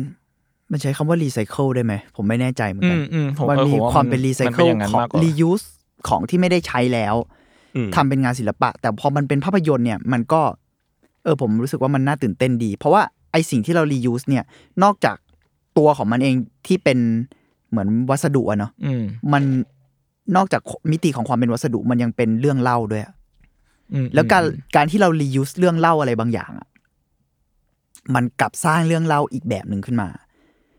Speaker 4: มันใช้คำว่ารีไซเคิลได้ไหม ผมไม่แน่ใจเหมือนกั
Speaker 2: อืมอืมผม
Speaker 4: มัน
Speaker 2: เออ
Speaker 4: มี
Speaker 2: ผว่า
Speaker 4: ความเป็นรีไซ
Speaker 2: มั
Speaker 4: เคิล
Speaker 2: ย่านั้น
Speaker 4: ของ
Speaker 2: มากกว่า
Speaker 4: รียูสของที่ไม่ได้ใช้แล้ว
Speaker 3: อืม
Speaker 4: ทำเป็นงานศิลปะ แต่พอมันเป็นภาพยนตร์เนี่ย มันก็ เออผมรู้สึกว่ามันน่าตื่นเต้นดี เพราะว่าไอสิ่งที่เรารียูสเนี่ย นอกจากตัวของมันเองที่เป็นเหมือนวัสดุอะเนาะ
Speaker 2: อืม
Speaker 4: มันนอกจากมิติของความเป็นวัสดุมันยังเป็นเรื่องเล่าด้วยอะ
Speaker 2: อืม
Speaker 4: แล้วการ
Speaker 2: อืม
Speaker 4: การที่เรารียูสเรื่องเล่าอะไรบางอย่างอะมันกลับสร้างเรื่องเล่าอีกแบบหนึ่งขึ้นมา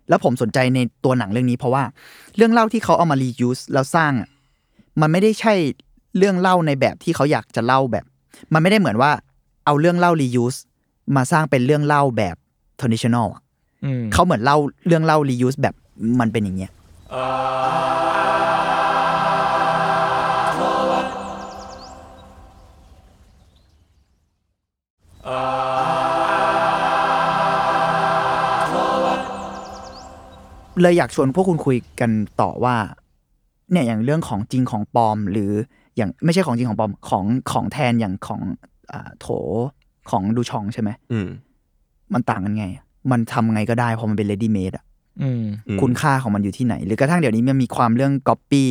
Speaker 4: แล้วผมสนใจในตัวหนังเรื่องนี้ เพราะว่าเรื่องเล่าที่เขาเอามารียูสแล้วสร้างอะมันไม่ได้ใช่เรื่องเล่าในแบบที่เขาอยากจะเล่าแบบ มันไม่ได้เหมือนว่าเอาเรื่องเล่ารียูสมาสร้างเป็นเรื่องเล่าแบบ traditional อะ
Speaker 2: อืม
Speaker 4: เขาเหมือนเล่าเรื่องเล่ารียูสแบบมันเป็นอย่างเงี้ย เลยอยากชวนพวกคุณคุยกันต่อว่า เนี่ยอย่างเรื่องของจริงของปลอม หรืออย่างไม่ใช่ของจริงของปลอมของของแทนอย่างของอาโถของดูชองใช่ไหม
Speaker 3: อืม
Speaker 4: มันต่างกันไง มันทำไงก็ได้เพราะมันเป็นเลดี้เมดอะ
Speaker 2: อืม
Speaker 3: อืม
Speaker 4: คุณค่าของมันอยู่ที่ไหน หรือกระทั่งเดี๋ยวนี้มันมีความเรื่องก๊อปปี้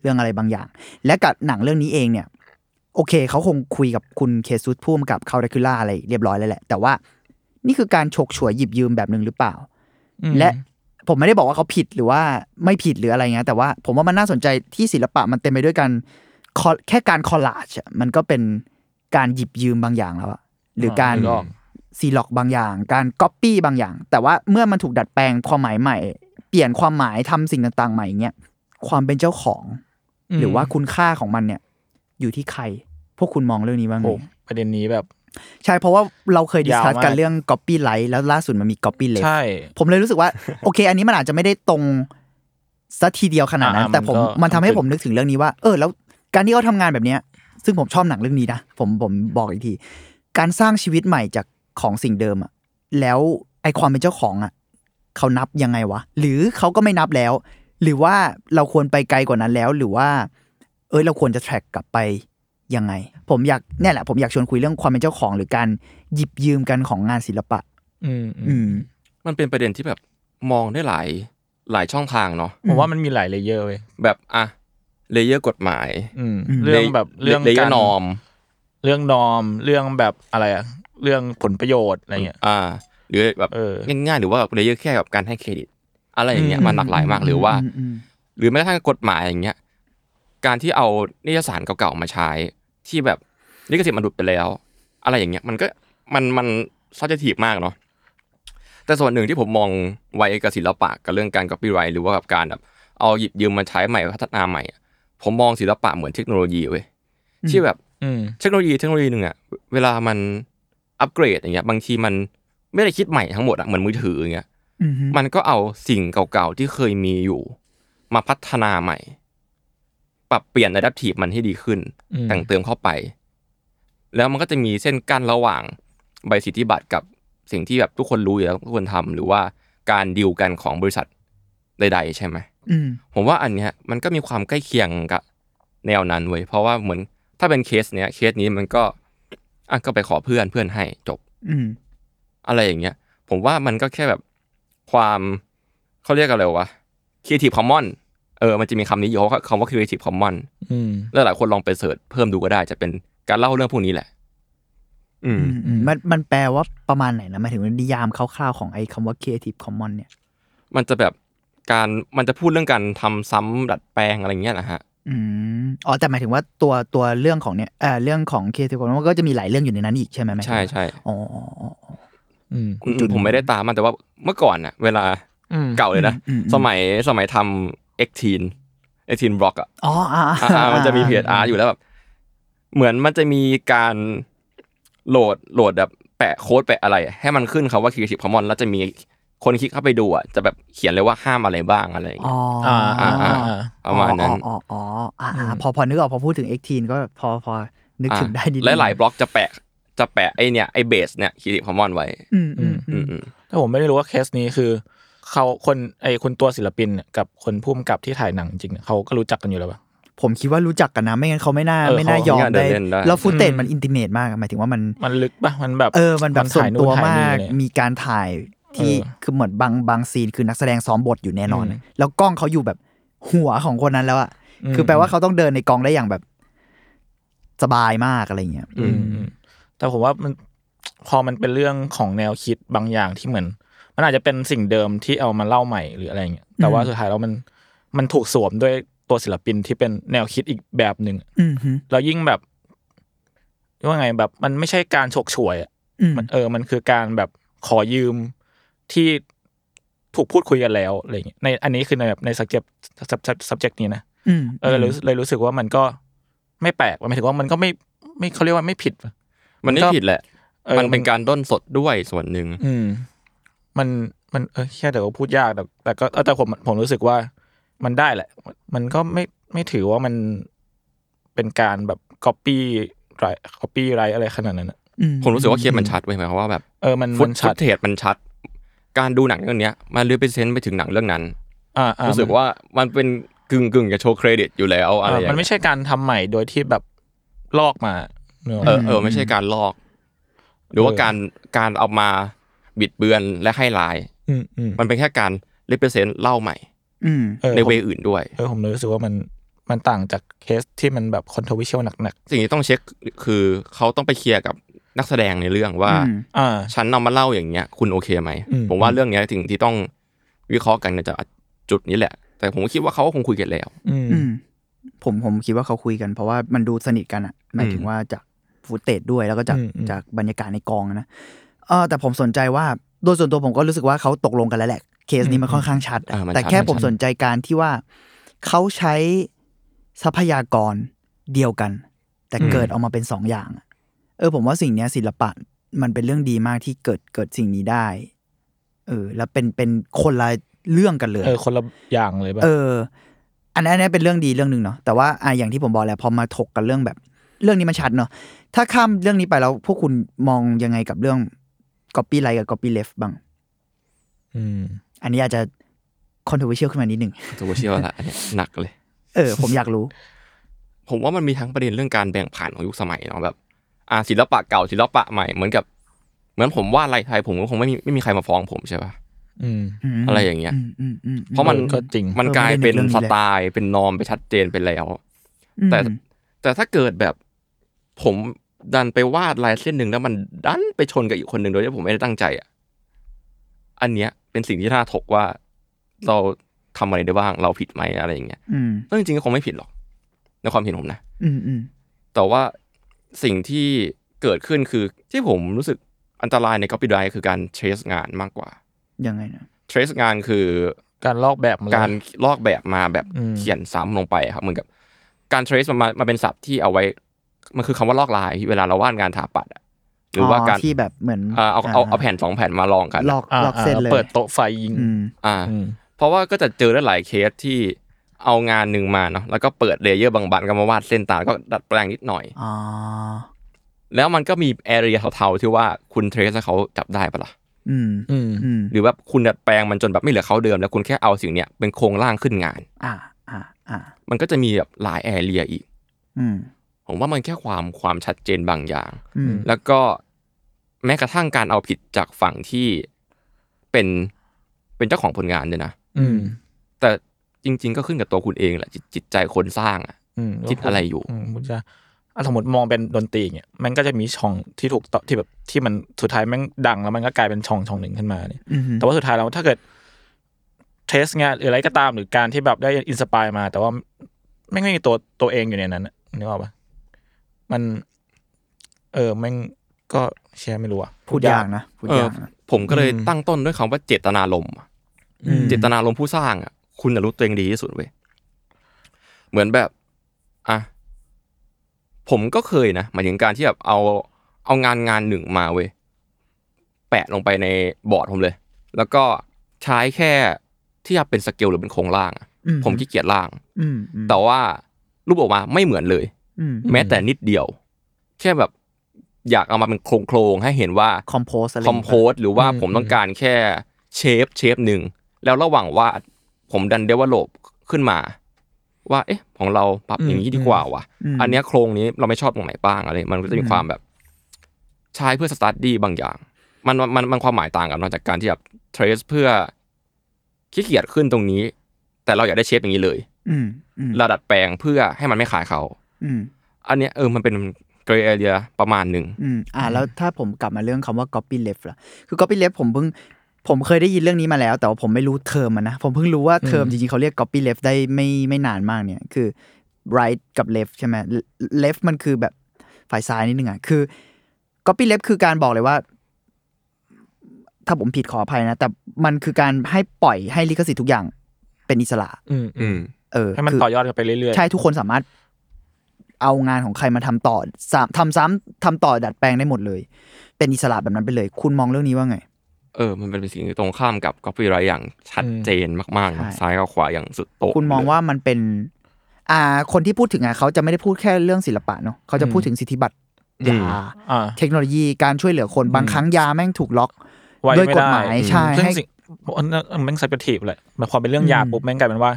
Speaker 4: เรื่องอะไรบางอย่าง และกับหนังเรื่องนี้เองเนี่ย โอเคเขาคงคุยกับคุณเคซุสพุ่มกับคาร์คิล่าอะไรเรียบร้อยแล้วแหละ แต่ว่านี่คือการฉกฉวยหยิบยืมแบบหนึ่งหรือเปล่า
Speaker 2: อืม
Speaker 4: และผมไม่ได้บอกว่าเขาผิดหรือว่าไม่ผิดหรืออะไรเงี้ยแต่ว่าผมว่ามันน่าสนใจที่ศิลปะมันเต็มไปด้วยกันแค่การคอลลาจมันก็เป็นการหยิบยืมบางอย่างแล้วอะหรือการ
Speaker 2: นึกก
Speaker 4: ซีล็อกบางอย่าง การก๊อปปี้บางอย่าง แต่ว่าเมื่อมันถูกดัดแปลงความหมายใหม่ เปลี่ยนความหมายทำสิ่งต่างๆใหม่เงี้ยความเป็นเจ้าของ หรือว่าคุณค่าของมันเนี่ย อยู่ที่ใคร พวกคุณมองเรื่องนี้บ้างไหม
Speaker 2: โอ้ประเด็นนี้แบบ
Speaker 4: ใช่เพราะว่าเราเคยดิสคั
Speaker 2: ยา
Speaker 4: ส
Speaker 2: วมาก
Speaker 4: กันเรื่องก๊อปปี้ไลท์แล้วล่าสุดมันมีก๊อปปี้เล
Speaker 2: ใช่
Speaker 4: ผมเลยรู้สึกว่า โอเค อันนี้มันอาจจะไม่ได้ตรงสักทีเดียวขนาดนั้น
Speaker 2: อ่า
Speaker 4: แต่ผม
Speaker 2: มันก็
Speaker 4: มันทำให้
Speaker 2: มันคือ
Speaker 4: ผมนึกถึงเรื่องนี้ว่า เออ แล้วการที่เขาทำงานแบบเนี้ย ซึ่งผมชอบหนังเรื่องนี้นะผมผมบอกอีกที การสร้างชีวิตใหม่จากของสิ่งเดิมอะแล้วไอความเป็นเจ้าของอะเขานับยังไงวะ หรือเขาก็ไม่นับแล้ว หรือว่าเราควรไปไกลกว่านั้นแล้ว หรือว่า เอ้ยเราควรจะแทร็กกลับไปยังไง ผมอยากเนี่ยแหละผมอยากชวนคุยเรื่องความเป็นเจ้าของ หรือการหยิบยืมกันของงานศิลปะ
Speaker 2: อืมอื
Speaker 4: อื
Speaker 2: ม
Speaker 4: ม
Speaker 3: มันเป็นประเด็นที่แบบมองได้หลายหลายช่องทางเนาะ
Speaker 2: ผมว่ามันมีหลายเลเยอร์เว้ย
Speaker 3: แบบอ่ะเลเยอร์กฎหมาย
Speaker 2: อืม
Speaker 4: อืม
Speaker 2: เรื่องแบบเรื่อง
Speaker 3: เลเยอก
Speaker 2: า
Speaker 3: ร์
Speaker 2: ร
Speaker 3: นอม
Speaker 2: เรื่องนอมเรื่องแบบอะไรอะเรื่องผลประโยชน์อะไรเงี้ย
Speaker 3: อ่า หรือแบบ
Speaker 2: เออ
Speaker 3: ง่ายๆหรือว่าเลเยอร์แค่แบบการให้เครดิต อะไรอย่างเงี้ย
Speaker 4: อืม
Speaker 3: มันหลากหลายมากหรือว่า
Speaker 4: มอืม
Speaker 3: หรือแม้กระทั่งกฎหมายอย่างเงี้ยการที่เอานิยสารเก่าๆมาใช้ที่แบบลิขสิทธิ์มันหลุดไปแล้ว อะไรอย่างเงี้ยมันก็มันมันซับเจทีฟมากเนาะแต่ส่วนหนึ่งที่ผมมองไว้กับศิลปะกับเรื่องการ copyright หรือว่ากับการแบบเอาหยิบยืมมาใช้ใหม่พัฒนาใหม่อะผมมองศิลปะเหมือนเทคโนโลยีเว้ย
Speaker 4: อืม
Speaker 3: ที่แบบ
Speaker 2: อืม
Speaker 3: เทคโนโลยีเทคโนโลยีหนึ่งอะเวลามันอัปเกรดอย่างเงี้ยบางทีมันไม่ได้คิดใหม่ทั้งหมดอะเหมือนมือถืออย่างเงี้ย
Speaker 4: อืมฮึ
Speaker 3: มันก็เอาสิ่งเก่าๆที่เคยมีอยู่ มาพัฒนาใหม่ ปรับเปลี่ยนอะดัปทีฟมันให้ดีขึ้น
Speaker 2: อืม
Speaker 3: แต่งเติมเข้าไป แล้วมันก็จะมีเส้นกั้นระหว่างใบสิทธิบัตรกับสิ่งที่แบบทุกคนรู้อยู่แล้วทุกคนทำหรือว่าการดีลกันของบริษัทใด ๆ ใช่ไหม
Speaker 4: อืม
Speaker 3: ผมว่าอันเนี้ยมันก็มีความใกล้เคียงกับแนวนั้นเว้ยเพราะว่าเหมือนถ้าเป็นเคสเนี้ยเคสนี้มันก็อ่ะก็ไปขอเพื่อนเพื่อนให้จบ
Speaker 4: อืม
Speaker 3: อะไรอย่างเงี้ย ผมว่ามันก็แค่แบบความเขาเรียกอะไรวะ creative common เออมันจะมีคำนี้อยู่เขาคำว่า creative common
Speaker 2: อืม
Speaker 3: แล้วหลายคนลองไปเสิร์ชเพิ่มดูก็ได้จะเป็นการเล่าเรื่องพวกนี้แหละ อืม
Speaker 4: อืม มัน มันแปลว่าประมาณไหนนะหมายถึงนิยามคร่าวๆของไอ้คำว่า creative common เนี่ย
Speaker 3: มันจะแบบการมันจะพูดเรื่องการทำซ้ำดัดแปลงอะไรอย่างเงี้ยนะฮะ
Speaker 4: อืม อ๋อ แต่หมายถึงว่าตัว ตัวเรื่องของเนี่ย เอ่อ เรื่องของ creative common มันก็จะมีหลายเรื่องอยู่ในนั้นอีกใช่ไหมหมายถึง
Speaker 3: ใช่ใช่
Speaker 4: อ๋ออ๋ออ๋อ
Speaker 2: อืม
Speaker 4: คุณจุน
Speaker 3: ผมไม่ได้ตามมันแต่ว่าเมื่อก่อนน่ะ เวลา
Speaker 2: อืม
Speaker 3: เก่าเลยนะ
Speaker 4: อืมอืม
Speaker 3: สมัยสมัยทำเอ็กทีนเอ็กทีนบล็อกอ่ะ
Speaker 4: อ๋ออ่า
Speaker 3: อ่ามันจะมีเพจอาร์อยู่แล้วแบบ เหมือนมันจะมีการโหลดโหลดแบบแปะโค้ดแปะอะไร ให้มันขึ้นคำว่า Creative Commons แล้วจะมีคนคลิกเข้าไปดูอ่ะ จะแบบเขียนเลยว่าห้ามอะไรบ้างอะไรอย่าง
Speaker 4: อ๋
Speaker 3: เงี้
Speaker 4: อย อ่า
Speaker 3: อ่าอ่าประมาณนั้น
Speaker 4: อ๋ออ๋ออ๋ออ่าพอ พอ นึกออก พอพูดถึง 18 ก็ พอ พอ นึกถึงได้นิดนึง
Speaker 3: และหลายบล็อกจะแปะจะแปะไอเนี่ยไอเบสเนี่ย Creative Commons ไว้
Speaker 4: อืมอืมอื
Speaker 3: อื
Speaker 4: ม
Speaker 3: มอืม
Speaker 2: ถ้าผมไม่ได้รู้ว่าเคสนี้คือเขาคนไอคนตัวศิลปินเนี่ยกับคนผู้กำกับที่ถ่ายหนังจริงเนี่ยเขาก็รู้จักกันอยู่แล้วปะ
Speaker 4: ผมคิดว่ารู้จักกันนะ ไม่งั้นเขาไม่น่า
Speaker 2: เออ
Speaker 4: ไม่น่า
Speaker 2: เขา
Speaker 4: ยอม
Speaker 3: เดิ
Speaker 4: ได้
Speaker 3: นเล่นได้
Speaker 4: แล้วฟุตเตจ
Speaker 2: อืม
Speaker 4: มันอินติเมตมากอะหมายถึงว่ามัน
Speaker 2: มันลึกปะมันแบบ
Speaker 4: เออ มันแบบส่ว
Speaker 2: ถ่าน ย
Speaker 4: ตัว
Speaker 2: ถ่ย
Speaker 4: มาก
Speaker 2: อะไรเงี้ย
Speaker 4: มีการถ่าย ที่
Speaker 2: เออ
Speaker 4: คือเหมือนบางบางซีนคือนักแสดงซ้อมบทอยู่แน่นอน
Speaker 2: อืม
Speaker 4: แล้วกล้องเขาอยู่แบบหัวของคนนั้นแล้วอะ
Speaker 2: อืม
Speaker 4: คือแปลว่าเขาต้องเดินในกองได้อย่างแบบสบายมากอะไรเงี้ย
Speaker 3: อืม
Speaker 2: อืมแต่ผมว่ามันพอมันเป็นเรื่องของแนวคิดบางอย่างที่เหมือน มันอาจจะเป็นสิ่งเดิมที่เอามาเล่าใหม่หรืออะไรอย่างเงี้ยแต่ว่า
Speaker 4: อืม
Speaker 2: สุดท้ายแล้วมันมันถูกสวมด้วยตัวศิลปินที่เป็นแนวคิดอีกแบบหนึ่ง
Speaker 4: อืมฮึ
Speaker 2: แล้วยิ่งแบบเรียกว่าไงแบบมันไม่ใช่การฉกฉวยอะ
Speaker 4: อืม
Speaker 2: มันเออมันคือการแบบขอยืมที่ถูกพูดคุยกันแล้วอะไรอย่างเงี้ยในอันนี้คือในแบบใน subject subject subject นี้นะ
Speaker 4: อืม
Speaker 2: เออเลยรู้เลยรู้สึกว่ามันก็ไม่แปลกหมายถึงว่ามันก็ไม่ไม่เขาเรียกว่าไม่ผิดปะ
Speaker 3: มันไม่
Speaker 2: มันก็
Speaker 3: ผิดแหละ
Speaker 2: ออ
Speaker 3: มันเป็นการต้นสดด้วยส่วนหนึ่ง
Speaker 2: อืม มันมันเออแค่เดี๋ยวพูดยากแต่แต่ก็เออแต่ผมผมรู้สึกว่ามันได้แหละ มันก็ไม่ไม่ถือว่ามันเป็นการแบบก๊อปปี้ไรก๊อปปี้ไรอะไรขนาดนั้นอะ
Speaker 4: อืม
Speaker 3: ผมรู้สึกว่าเคสมันชัดเว้ยหมายความว่าแบบ
Speaker 2: เออมัน
Speaker 3: ฟุต
Speaker 2: มันชัด
Speaker 3: เทจมันชัด การดูหนังเรื่องเนี้ย มันรีเปเซนต์ไปถึงหนังเรื่องนั้น
Speaker 2: อ่าอ่า
Speaker 3: รู้สึกว่ามันเป็นกึ่งกึ่งๆจะโชว์เครดิตอยู่แล้วอะไรอย่าง
Speaker 2: มัน
Speaker 3: เงี้ย
Speaker 2: ไม่ใช่การทำใหม่โดยที่แบบลอกมาเนอะ
Speaker 3: เออเออไม่ใช่การลอก หรือว่า
Speaker 2: เออ
Speaker 3: การการเอามาบิดเบือนและให้ลาย
Speaker 2: อืมอืม
Speaker 3: มันเป็นแค่การรีเปเซนต์เล่าใหม่
Speaker 4: อืม
Speaker 2: ออ
Speaker 3: ใน
Speaker 2: ผม
Speaker 3: เวอื่นด้วย
Speaker 2: เออผมเลยรู้สึกว่ามันมันต่างจากเคสที่มันแบบคอนโทรวิเชียลหนัก
Speaker 3: สิ่งที่ต้องเช็คคือเขาต้องไปเคลียร์กับนักแสดงในเรื่องว่า
Speaker 4: อืม
Speaker 2: ๆอ่า
Speaker 3: ฉันนำมาเล่าอย่างเงี้ย คุณโอเคไหม
Speaker 2: อืม
Speaker 3: ผมว่าเรื่องเนี้ยสิ่งที่ต้องวิเคราะห์กันจากจุดนี้แหละ แต่ผมก็คิดว่าเขาก็คงคุยกันแล้ว
Speaker 2: อืม
Speaker 4: อืมผมผมคิดว่าเขาคุยกัน เพราะว่ามันดูสนิทกันอะหมายถึง
Speaker 3: อืม
Speaker 4: ว่าจากฟุตเตจด้วยแล้วก็จาก
Speaker 2: อืมอืม
Speaker 4: จากบรรยากาศในกองอะนะเออแต่ผมสนใจว่าโดยส่วนตัวผมก็รู้สึกว่าเขาตกลงกันแล้วแหละ เคสนี้มันค่อนข้างชัดอะ
Speaker 3: อ่ามันชัด
Speaker 4: แต่แค่
Speaker 3: มันชัด
Speaker 4: ผมสนใจการที่ว่าเขาใช้ทรัพยากรเดียวกัน แต่เกิดออกมาเป็นสองอย่างอะเออ ผมว่าสิ่งเนี้ยศิลปะมันเป็นเรื่องดีมากที่เกิดเกิดสิ่งนี้ได้ เออ แล้วเป็นเป็นคนละเรื่องกันเลย
Speaker 2: เออคนละอย่างเลยป่ะ
Speaker 4: เออ อันนั้นอันนี้นเป็นเรื่องดีเรื่องหนึ่งเนาะ แต่ว่าอ่ะอย่างที่ผมบอกแหละพอมาถกกันเรื่องแบบ เรื่องนี้มันชัดเนาะ ถ้าข้ามเรื่องนี้ไปแล้วพวกคุณมองยังไงกับเรื่อง copy right กับ copy left บ้าง
Speaker 2: อืม
Speaker 4: อันนี้อาจจะ controversial ขึ้นมานิดหนึ่ง
Speaker 3: โซเชียลละอันเนี้ยหนักเลย
Speaker 4: เออ ผมอยากรู้
Speaker 3: ผมว่ามันมีทั้งประเด็นเรื่องการแบ่งผ่านของยุคสมัยเนาะแบบอาศิลปะเก่าศิลปะใหม่เหมือนกับ เหมือนผมว่าดลายไทยผมก็คงไม่มีไม่มีใครมาฟ้องผมใช่ป่ะ
Speaker 2: อืม
Speaker 4: ม
Speaker 3: อะไรอย่างเงี้ย
Speaker 4: มอืมอืมอืม
Speaker 3: เพราะมัน
Speaker 2: เออก็จริง
Speaker 3: มัน
Speaker 4: เออก
Speaker 3: ลายเป็นส
Speaker 4: มันเป็นเรื่องนี้แหละ
Speaker 3: ไตล์เป็นนอมไปชัดเจนไปแล้ว แต่
Speaker 4: อืม
Speaker 3: แต่ถ้าเกิดแบบผมดันไปวาดลายเส้นหนึ่งแล้วมันดันไปชนกับอีกคนหนึ่งโดยที่ผมไม่ได้ตั้งใจอ่ะอันเนี้ยเป็นสิ่งที่น่าถกว่า เราทำอะไรได้บ้างเราผิดไหมอะไรอย่างเงี้ย
Speaker 4: อืม
Speaker 3: ซึ่งจริงๆก็คงไม่ผิดหรอกในความเห็นผมนะ
Speaker 4: อืมอืม
Speaker 3: แต่ว่าสิ่งที่เกิดขึ้นคือที่ผมรู้สึกอันตรายใน copyright คือการ trace งานมากกว่า
Speaker 4: ยังไงนะ
Speaker 3: trace งานคือ
Speaker 2: การลอกแบบมาเลย
Speaker 3: การลอกแบบมาแบบ
Speaker 2: อืม
Speaker 3: เขียนซ้ำลงไปครับเหมือนกับการ trace มันมามันเป็นศัพท์ที่เอาไว้ มันคือคำว่าลอกลายเวลาเราวาดงานถาปัดอะหรือว่าการ
Speaker 4: ที่แบบเหมือน
Speaker 3: เอ่อเอาเอาเอาแผ่นสองแผ่นมาลองกัน
Speaker 4: ลอก
Speaker 2: อ่า
Speaker 4: ลอกเส้นเลย
Speaker 2: เปิดโต๊ะไฟยิง
Speaker 4: อืม
Speaker 3: อ่า
Speaker 2: อืม
Speaker 3: เพราะว่าก็จะเจอได้หลายเคสที่เอางานหนึ่งมาเนาะแล้วก็เปิดเลเยอร์บางๆก็มาวาดเส้นตาแล้วก็ดัดแปลงนิดหน่อย
Speaker 4: อ๋อ
Speaker 3: แล้วมันก็มีแอเรียเทาๆที่ว่าคุณเทรสเขาจับได้ปะล่ะ
Speaker 4: อืม
Speaker 2: อืม
Speaker 4: อืม
Speaker 3: หรือว่าคุณดัดแปลงมันจนแบบไม่เหลือเขาเดิม แล้วคุณแค่เอาสิ่งเนี้ยเป็นโครงร่างขึ้นงาน
Speaker 4: อ่า อ่า อ่า
Speaker 3: มันก็จะมีแบบหลายแอเรียอีก
Speaker 4: อืม
Speaker 3: ผมว่ามันแค่ความความชัดเจนบางอย่าง
Speaker 4: อืม
Speaker 3: แล้วก็แม้กระทั่งการเอาผิดจากฝั่งที่เป็นเป็นเจ้าของผลงานเนี่ยนะ
Speaker 2: อืม
Speaker 3: แต่จริง ๆ ก็ขึ้นกับตัวคุณเองแหละจิตจิตใจคนสร้างอะ
Speaker 2: อืม
Speaker 3: คิดอะไรอยู่
Speaker 2: มผมจะอ่ะสมมติมองเป็นดนตรีอย่างเงี้ยมันก็จะมีช่องที่ถูกต่อที่แบบที่มันสุดท้ายแม่งดังแล้วมันก็กลายเป็นช่องช่องหนึ่งขึ้นมาเนี่ย
Speaker 4: อืม
Speaker 2: แต่ว่าสุดท้ายแล้วถ้าเกิดเทสงานหรืออะไรก็ตามหรือการที่แบบได้อินสปายมา แต่ว่าแม่งไม่มีตัวตัวเองอยู่ในนั้นน่ะนึกออกปะมัน เออแม่งก็แชร์ไม่รู้อะ
Speaker 4: พูดยากนะ พู
Speaker 3: เออย
Speaker 4: ดากนะ
Speaker 3: ผมก็เลยตั้งต้นด้วยคำว่าเจตนารมณ์อะ
Speaker 4: อืม
Speaker 3: เจตนารมณ์ผู้สร้างอะคุณน่ะรู้ตัวเองดีที่สุดเว้ยเหมือนแบบอ่ะผมก็เคยนะหมายถึงการที่แบบเอาเอางานงานหนึ่งมาเว้ยแปะลงไปในบอร์ดผมเลย แล้วก็ใช้แค่ที่จะเป็นสเกลหรือเป็นโครงร่างอะ
Speaker 4: อื
Speaker 3: ผมขี้เกียจร่าง
Speaker 4: อืมอืม
Speaker 3: แต่ว่ารูปออกมาไม่เหมือนเลย
Speaker 4: อืม
Speaker 3: แม้แต่นิดเดียว แค่แบบอยากเอามาเป็นโครงโครงๆให้เห็นว่า
Speaker 4: คอมโพสอะไร
Speaker 3: คอมโพสหรือว่าผมต้องการแค่เชฟเชฟหนึ่ง แล้วระหว่างวาดผมดันเดเวลลบขึ้นมา ว่าเอ๊ะ ของเราปรับอย่างนี้ดีกว่าว่ะ อันเนี้ยโครงนี้เราไม่ชอบตรงไหนบ้างอะไร มันก็จะมีความแบบใช้เพื่อสตาร์ทดีบางอย่าง มันมันมันความหมายต่างกันนอกจากการที่แบบ trace เพื่อขี้เกียจขึ้นตรงนี้ แต่เราอยากได้เชฟอย่างนี้เลย
Speaker 4: อืมอืม
Speaker 3: เราดัดแปลงเพื่อให้มันไม่ขายเขา
Speaker 4: อืม
Speaker 3: อันเนี้ยเออมันเป็น gray area ประมาณหนึ่ง
Speaker 4: อืมอ่าแล้วถ้าผมกลับมาเรื่องคำว่า copy left ล่ะคือ copy left ผมเพิ่งผมเคยได้ยินเรื่องนี้มาแล้ว แต่ว่าผมไม่รู้เทอมมันนะ ผมเพิ่งรู้ว่าเทอม
Speaker 2: อืม
Speaker 4: จริงๆเขาเรียก copy left ได้ไม่ไม่นานมากเนี่ยคือ right กับ left ใช่ไหม left มันคือแบบฝ่ายซ้ายนิดนึงอ่ะคือ copy left คือการบอกเลยว่า ถ้าผมผิดขออภัยนะ แต่มันคือการให้ปล่อยให้ลิขสิทธิ์ทุกอย่างเป็นอิสระ
Speaker 2: อืม
Speaker 3: อืม
Speaker 4: เออ
Speaker 2: ให้มัน
Speaker 4: คือ
Speaker 2: ต่อยอดกันไปเรื่อยๆ
Speaker 4: ใช่ทุกคนสามารถเอางานของใครมาทำต่อสามทำซ้ำทำต่อดัดแปลงได้หมดเลย เป็นอิสระแบบนั้นไปเลย คุณมองเรื่องนี้ว่าไง
Speaker 3: เออ มันเป็นสิ่งที่ตรงข้ามกับ copyright อย่างชัด
Speaker 2: อืม
Speaker 3: เจนมากๆนะ
Speaker 4: ใช่
Speaker 3: ซ้ายกับขวาอย่างสุดโต่ง
Speaker 4: คุณมอง
Speaker 3: เลย
Speaker 4: ว่ามันเป็น อ่า คนที่พูดถึงอ่ะเขาจะไม่ได้พูดแค่เรื่องศิลปะเนาะเขาจะพูดถึงสิทธิบัตรยา
Speaker 2: อ่า
Speaker 4: เทคโนโลยีการช่วยเหลือคนบางครั้งยาแม่งถูกล็อก
Speaker 2: ไว้
Speaker 4: ด้วย
Speaker 2: ไม่
Speaker 4: กฎ
Speaker 2: ได้
Speaker 4: หมายใช่
Speaker 2: ซึ่ง
Speaker 4: ให้
Speaker 2: สิ่งอันนั้นมันแม่งไซเปอร์ทีฟเลยมันความเป็นเรื่องยา
Speaker 4: อืม
Speaker 2: ปุ๊บแม่งกลายเป็นว่า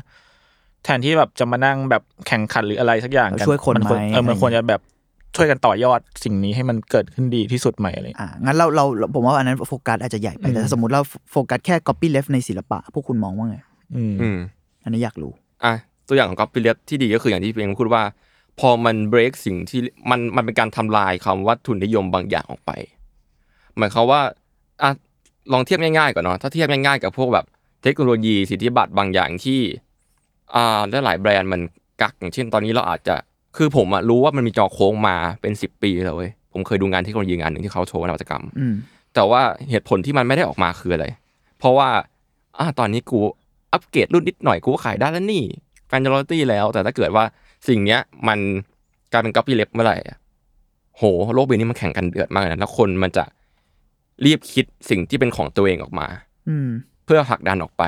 Speaker 2: แทนที่แบบจะมานั่งแบบแข่งขันหรืออะไรสักอย่างกั
Speaker 4: เราช่วยคน
Speaker 2: มัร
Speaker 4: ไหม
Speaker 2: เออมัน
Speaker 4: อะไร
Speaker 2: ควรจะแบบช่วยกันต่อยอดสิ่งนี้ให้มันเกิดขึ้นดีที่สุดใหม่อะไรอย่างเงี้ย
Speaker 4: อ่างั้นเราเราเราผมว่าอันนั้นโฟกัสอาจจะใหญ่ไป
Speaker 2: อืม
Speaker 4: แต่ถ้าสมมติเราโฟกัสแค่ copy left ในศิลปะ พวกคุณมองว่าไง
Speaker 2: อืม
Speaker 3: อืม
Speaker 4: อันนี้อยากรู้
Speaker 3: อ่ะตัวอย่างของ copy left ที่ดีก็คืออย่างที่พี่เองพูดว่า พอมัน break สิ่งที่มันมันเป็นการทำลายคำว่าทุนนิยมบางอย่างออกไป หมายความว่าอ่ะลองเทียบง่ายๆก่อนเนาะถ้าเทียบง่ายๆกับพวกแบบเทคโนโลยีสิทธิบัตรบางอย่างที่อ่าและหลายแบรนด์มันกักอย่างเช่นตอนนี้เราอาจจะคือผมอะรู้ว่ามันมีจอโค้งมาเป็น 10 ปีแล้วเว้ยผมเคยดูงานเทคโนโลยีงานหนึ่งที่เขาโชว์นวัตกรรม
Speaker 4: อืม
Speaker 3: แต่ว่าเหตุผลที่มันไม่ได้ออกมาคืออะไร เพราะว่าอ่าตอนนี้กูอัปเกรดรุ่นนิดหน่อยกูก็ขายได้แล้วนี่แฟนจอร์ตี้แล้ว แต่ถ้าเกิดว่าสิ่งเนี้ยมันกลายเป็นก๊อปปี้เล็บเมื่อไหร่อะโห โลกใบนี้มันแข่งกันเดือดมากเลยนะแล้วคนมันจะรีบคิดสิ่งที่เป็นของตัวเองออกมา
Speaker 4: อืม
Speaker 3: เพื่อผลักดันออกไป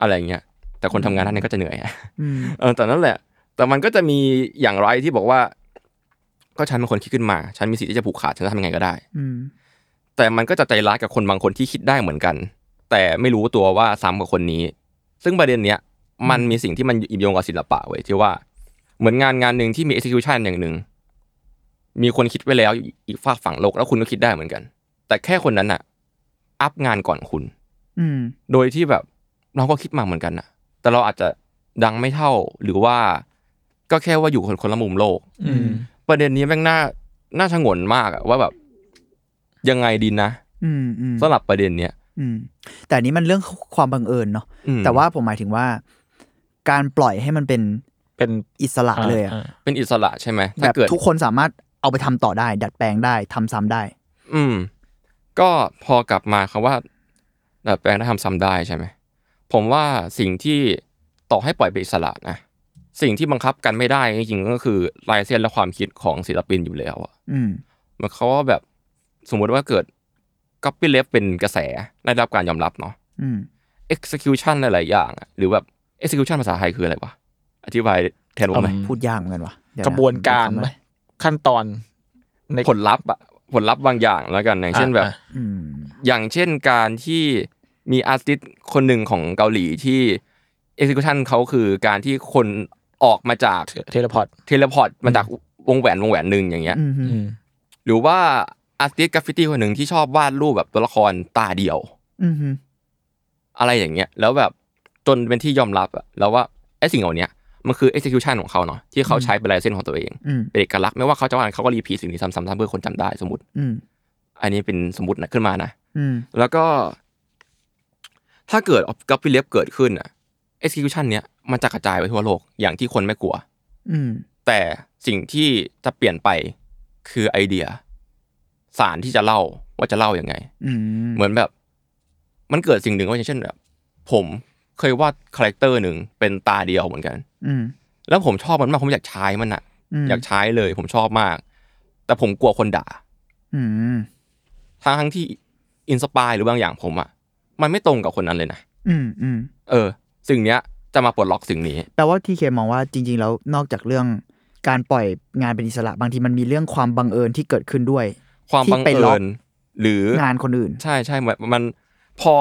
Speaker 3: อะไรเงี้ย แต่คนทำงานท่านนี้ก็จะเหนื่อยอะ
Speaker 4: อืม
Speaker 3: เออแต่นั่นแหละ แต่มันก็จะมีอย่างไรที่บอกว่า ก็ฉันเป็นคนคิดขึ้นมา ฉันมีสิทธิ์ที่จะผูกขาดฉันจะทำยังไงก็ได้
Speaker 4: อืม
Speaker 3: แต่มันก็จะใจร้ายกับคนบางคนที่คิดได้เหมือนกัน แต่ไม่รู้ตัวว่าซ้ำกับคนนี้ ซึ่งประเด็นเนี้ยมันมีสิ่งที่มันอิมโยงกับศิลปะไว้ยที่ว่า เหมือนงานงานหนึ่งที่มี execution อย่างหนึ่งมีคนคิดไว้แล้วอีกฝากฝั่งโลกแล้วคุณก็คิดได้เหมือนกัน แต่แค่คนนั้นอะอัพงานก่อนคุณ
Speaker 4: อืม
Speaker 3: โดยที่แบบเราก็คิดมาเหมือนกันนะแต่เราอาจจะดังไม่เท่าหรือว่า ก็แค่ว่าอยู่คนคนละมุมโลก
Speaker 2: อืม
Speaker 3: ประเด็นนี้แม่งน่าน่าชงนมากอะว่าแบบยังไงดีนะ
Speaker 4: อืมอืม
Speaker 3: สำหรับประเด็นเนี้ย
Speaker 4: อืมแต่อันนี้มันเรื่องความบังเอิญเนาะ
Speaker 3: อืม
Speaker 4: แต่ว่าผมหมายถึงว่า การปล่อยให้มันเป็น
Speaker 2: เป็น
Speaker 4: อิสระเลยอะ
Speaker 2: อ่า
Speaker 3: เป็นอิสระใช่ไหม
Speaker 4: แบ
Speaker 3: ถ้า
Speaker 4: บ
Speaker 3: เกิด
Speaker 4: ทุกคนสามารถเอาไปทำต่อได้ ดัดแปลงได้ทำซ้ำได้
Speaker 3: อืม ก็พอกลับมาคำว่าดัดแปลงได้ทำซ้ำได้ใช่ไหมผมว่าสิ่งที่ต่อให้ปล่อยไปอิสระนะสิ่งที่บังคับกันไม่ได้จริงๆก็คือลายเส้นและความคิดของศิลปินอยู่แล้วอะ
Speaker 4: อืม
Speaker 3: หมันเขามว่าแบบสมมุติว่าเกิด Copy Left เป็นกระแสได้รับการยอมรับเนาะ
Speaker 4: อืม
Speaker 3: execution หลายๆอย่างอะหรือแบบ execution ภาษาไทยคืออะไรวะ อธิบายแทนผมไหม
Speaker 2: อืม
Speaker 4: พูดยากเหมือนกันวะเดี๋ย
Speaker 2: กระบวนการ
Speaker 4: มัน
Speaker 2: ไหม
Speaker 4: ทำอะไ
Speaker 2: ขั้นตอนใน
Speaker 3: ผลลัพธ์อะผลลัพธ์บางอย่างแล้วกันอย่างเช่นแบบ
Speaker 2: อ่ะ
Speaker 4: อืม
Speaker 3: อย่างเช่นการที่มีอาร์ติสต์คนหนึ่งของเกาหลีที่ execution เขาคือการที่คนออกมาจาก
Speaker 2: อ่ะเทเลพอร์ต
Speaker 3: เทเลพอร์ตมาจากวงแหวนวงแหวนหนึ่งอย่างเงี้ย
Speaker 4: อืม
Speaker 2: อืม
Speaker 3: หรือว่าอาร์ติสต์กราฟฟิตี้คนหนึ่งที่ชอบวาดรูปแบบตัวละครตาเดียว
Speaker 4: อืมอืม
Speaker 3: อะไรอย่างเงี้ยแล้วแบบจนเป็นที่ยอมรับอะแล้วว่าไอ้สิ่งเหล่าเนี้ยมันคือ execution ของเขาเนาะที่เขาใช้เป็นลายเส้นของตัวเอง
Speaker 4: อืม
Speaker 3: เป็นเอกลักษณ์ไม่ว่าเขาจะวาดเขาก็รีพีทสิ่งนี้ซ้ำๆๆเพื่อคนจำได้สมมติ
Speaker 4: อืม
Speaker 3: อันนี้เป็นสมมตินะขึ้นมานะ
Speaker 4: อืม
Speaker 3: แล้วก็ ถ้าเกิด copy left เกิดขึ้นอะ execution เนี้ยมันจะกระจายไปทั่วโลกอย่างที่คนไม่กลัว
Speaker 4: อืม
Speaker 3: แต่สิ่งที่จะเปลี่ยนไปคือไอเดีย สารที่จะเล่าว่าจะเล่ายังไง
Speaker 4: อืม
Speaker 3: เหมือนแบบมันเกิดสิ่งหนึ่งว่าอย่างเช่นแบบผมเคยวาดคาแรคเตอร์หนึ่งเป็นตาเดียวเหมือนกัน
Speaker 4: อืม
Speaker 3: แล้วผมชอบมันมากผมอยากใช้มันอะ
Speaker 4: อืม
Speaker 3: อยากใช้เลยผมชอบมาก แต่ผมกลัวคนด่า
Speaker 4: อืม
Speaker 3: ทั้งทั้งที่อินสปายหรือบางอย่างผมอะมันไม่ตรงกับคนนั้นเลยนะ
Speaker 4: อืมอืม
Speaker 3: เออ สิ่งเนี้ยจะมาปลดล็อกสิ่งนี้
Speaker 4: แปลว่าทีเคมองว่าจริง ๆ แล้วนอกจากเรื่องการปล่อยงานเป็นอิสระบางทีมันมีเรื่องความบังเอิญที่เกิดขึ้นด้วย
Speaker 3: ความ
Speaker 4: ที่
Speaker 3: บัง
Speaker 4: ไป
Speaker 3: เอิ
Speaker 4: ล็อก
Speaker 3: ญหรือง
Speaker 4: งานคนอื่น
Speaker 3: ใช่ใช่เหมือนมันพอ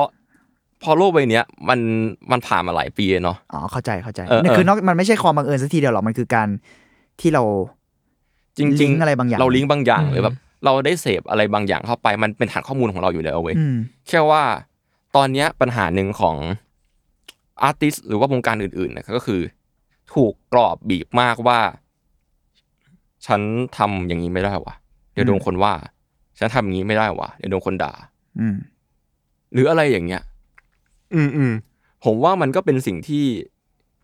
Speaker 3: พอโลกใบเนี้ยมันมันผ่านมาหลายปีเนาะ
Speaker 4: อ๋อเข้าใจเข้าใจ
Speaker 3: เออ
Speaker 4: นี่
Speaker 3: เออ
Speaker 4: คือนอกมันไม่ใช่ความบังเอิญสักทีเดียวหรอกมันคือการที่เรา
Speaker 3: จริง
Speaker 4: ลิงก์อะไรบางอย่าง
Speaker 3: เราลิงก์บางอย่างเลยแบบ เราได้เสพอะไรบางอย่างเข้าไปมันเป็นฐานข้อมูลของเราอยู่แล้วเว้ย
Speaker 4: อืม
Speaker 3: แค่ว่าตอนเนี้ยปัญหาหนึ่งของอาร์ติสหรือว่าวงการอื่นๆนะก็คือ ถูกกรอบบีบมากว่า ฉันทำอย่างนี้ไม่ได้วะเดี๋ยวโดน
Speaker 4: อืม
Speaker 3: คนว่า ฉันทำอย่างนี้ไม่ได้วะเดี๋ยวโดนคนด่า
Speaker 4: อืม
Speaker 3: หรืออะไรอย่างเงี้ย
Speaker 5: อืมอืม
Speaker 3: ผมว่ามันก็เป็นสิ่งที่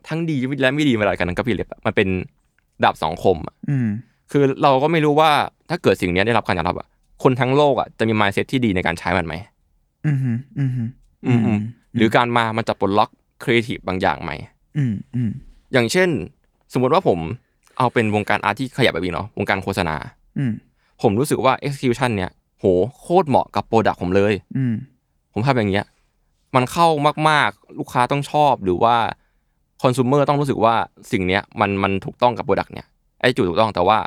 Speaker 3: ทั้งดีและไม่ดีมาหลายกันนั้นก็พี่เล็บอะมันเป็นดาบสองคมอะ
Speaker 4: อืม
Speaker 3: คือเราก็ไม่รู้ว่าถ้าเกิดสิ่งเนี้ยได้รับการยอมรับอะคนทั้งโลกอะจะมีมายเซตที่ดีในการใช้มันไหม
Speaker 4: อืมฮึอืมฮึ
Speaker 3: อืมอืม หรือการมามันจะปลดล็อกครีเอทีฟบางอย่างไหม
Speaker 4: อืมอืม
Speaker 3: อย่างเช่น สมมติว่าผมเอาเป็นวงการอาร์ตที่ขยับไปอีกเนาะวงการโฆษณา
Speaker 4: อืม
Speaker 3: ผมรู้สึกว่า execution เนี่ย โหโคตรเหมาะกับโปรดักผมเลย
Speaker 4: อืม
Speaker 3: ผมทำอย่างเงี้ย มันเข้ามากๆ ลูกค้าต้องชอบหรือว่าคอน sumer ต้องรู้สึกว่าสิ่งเนี้ยมันมันถูกต้องกับโปรดักเนี่ยไอ้จุดถูกต้องแต่ว่า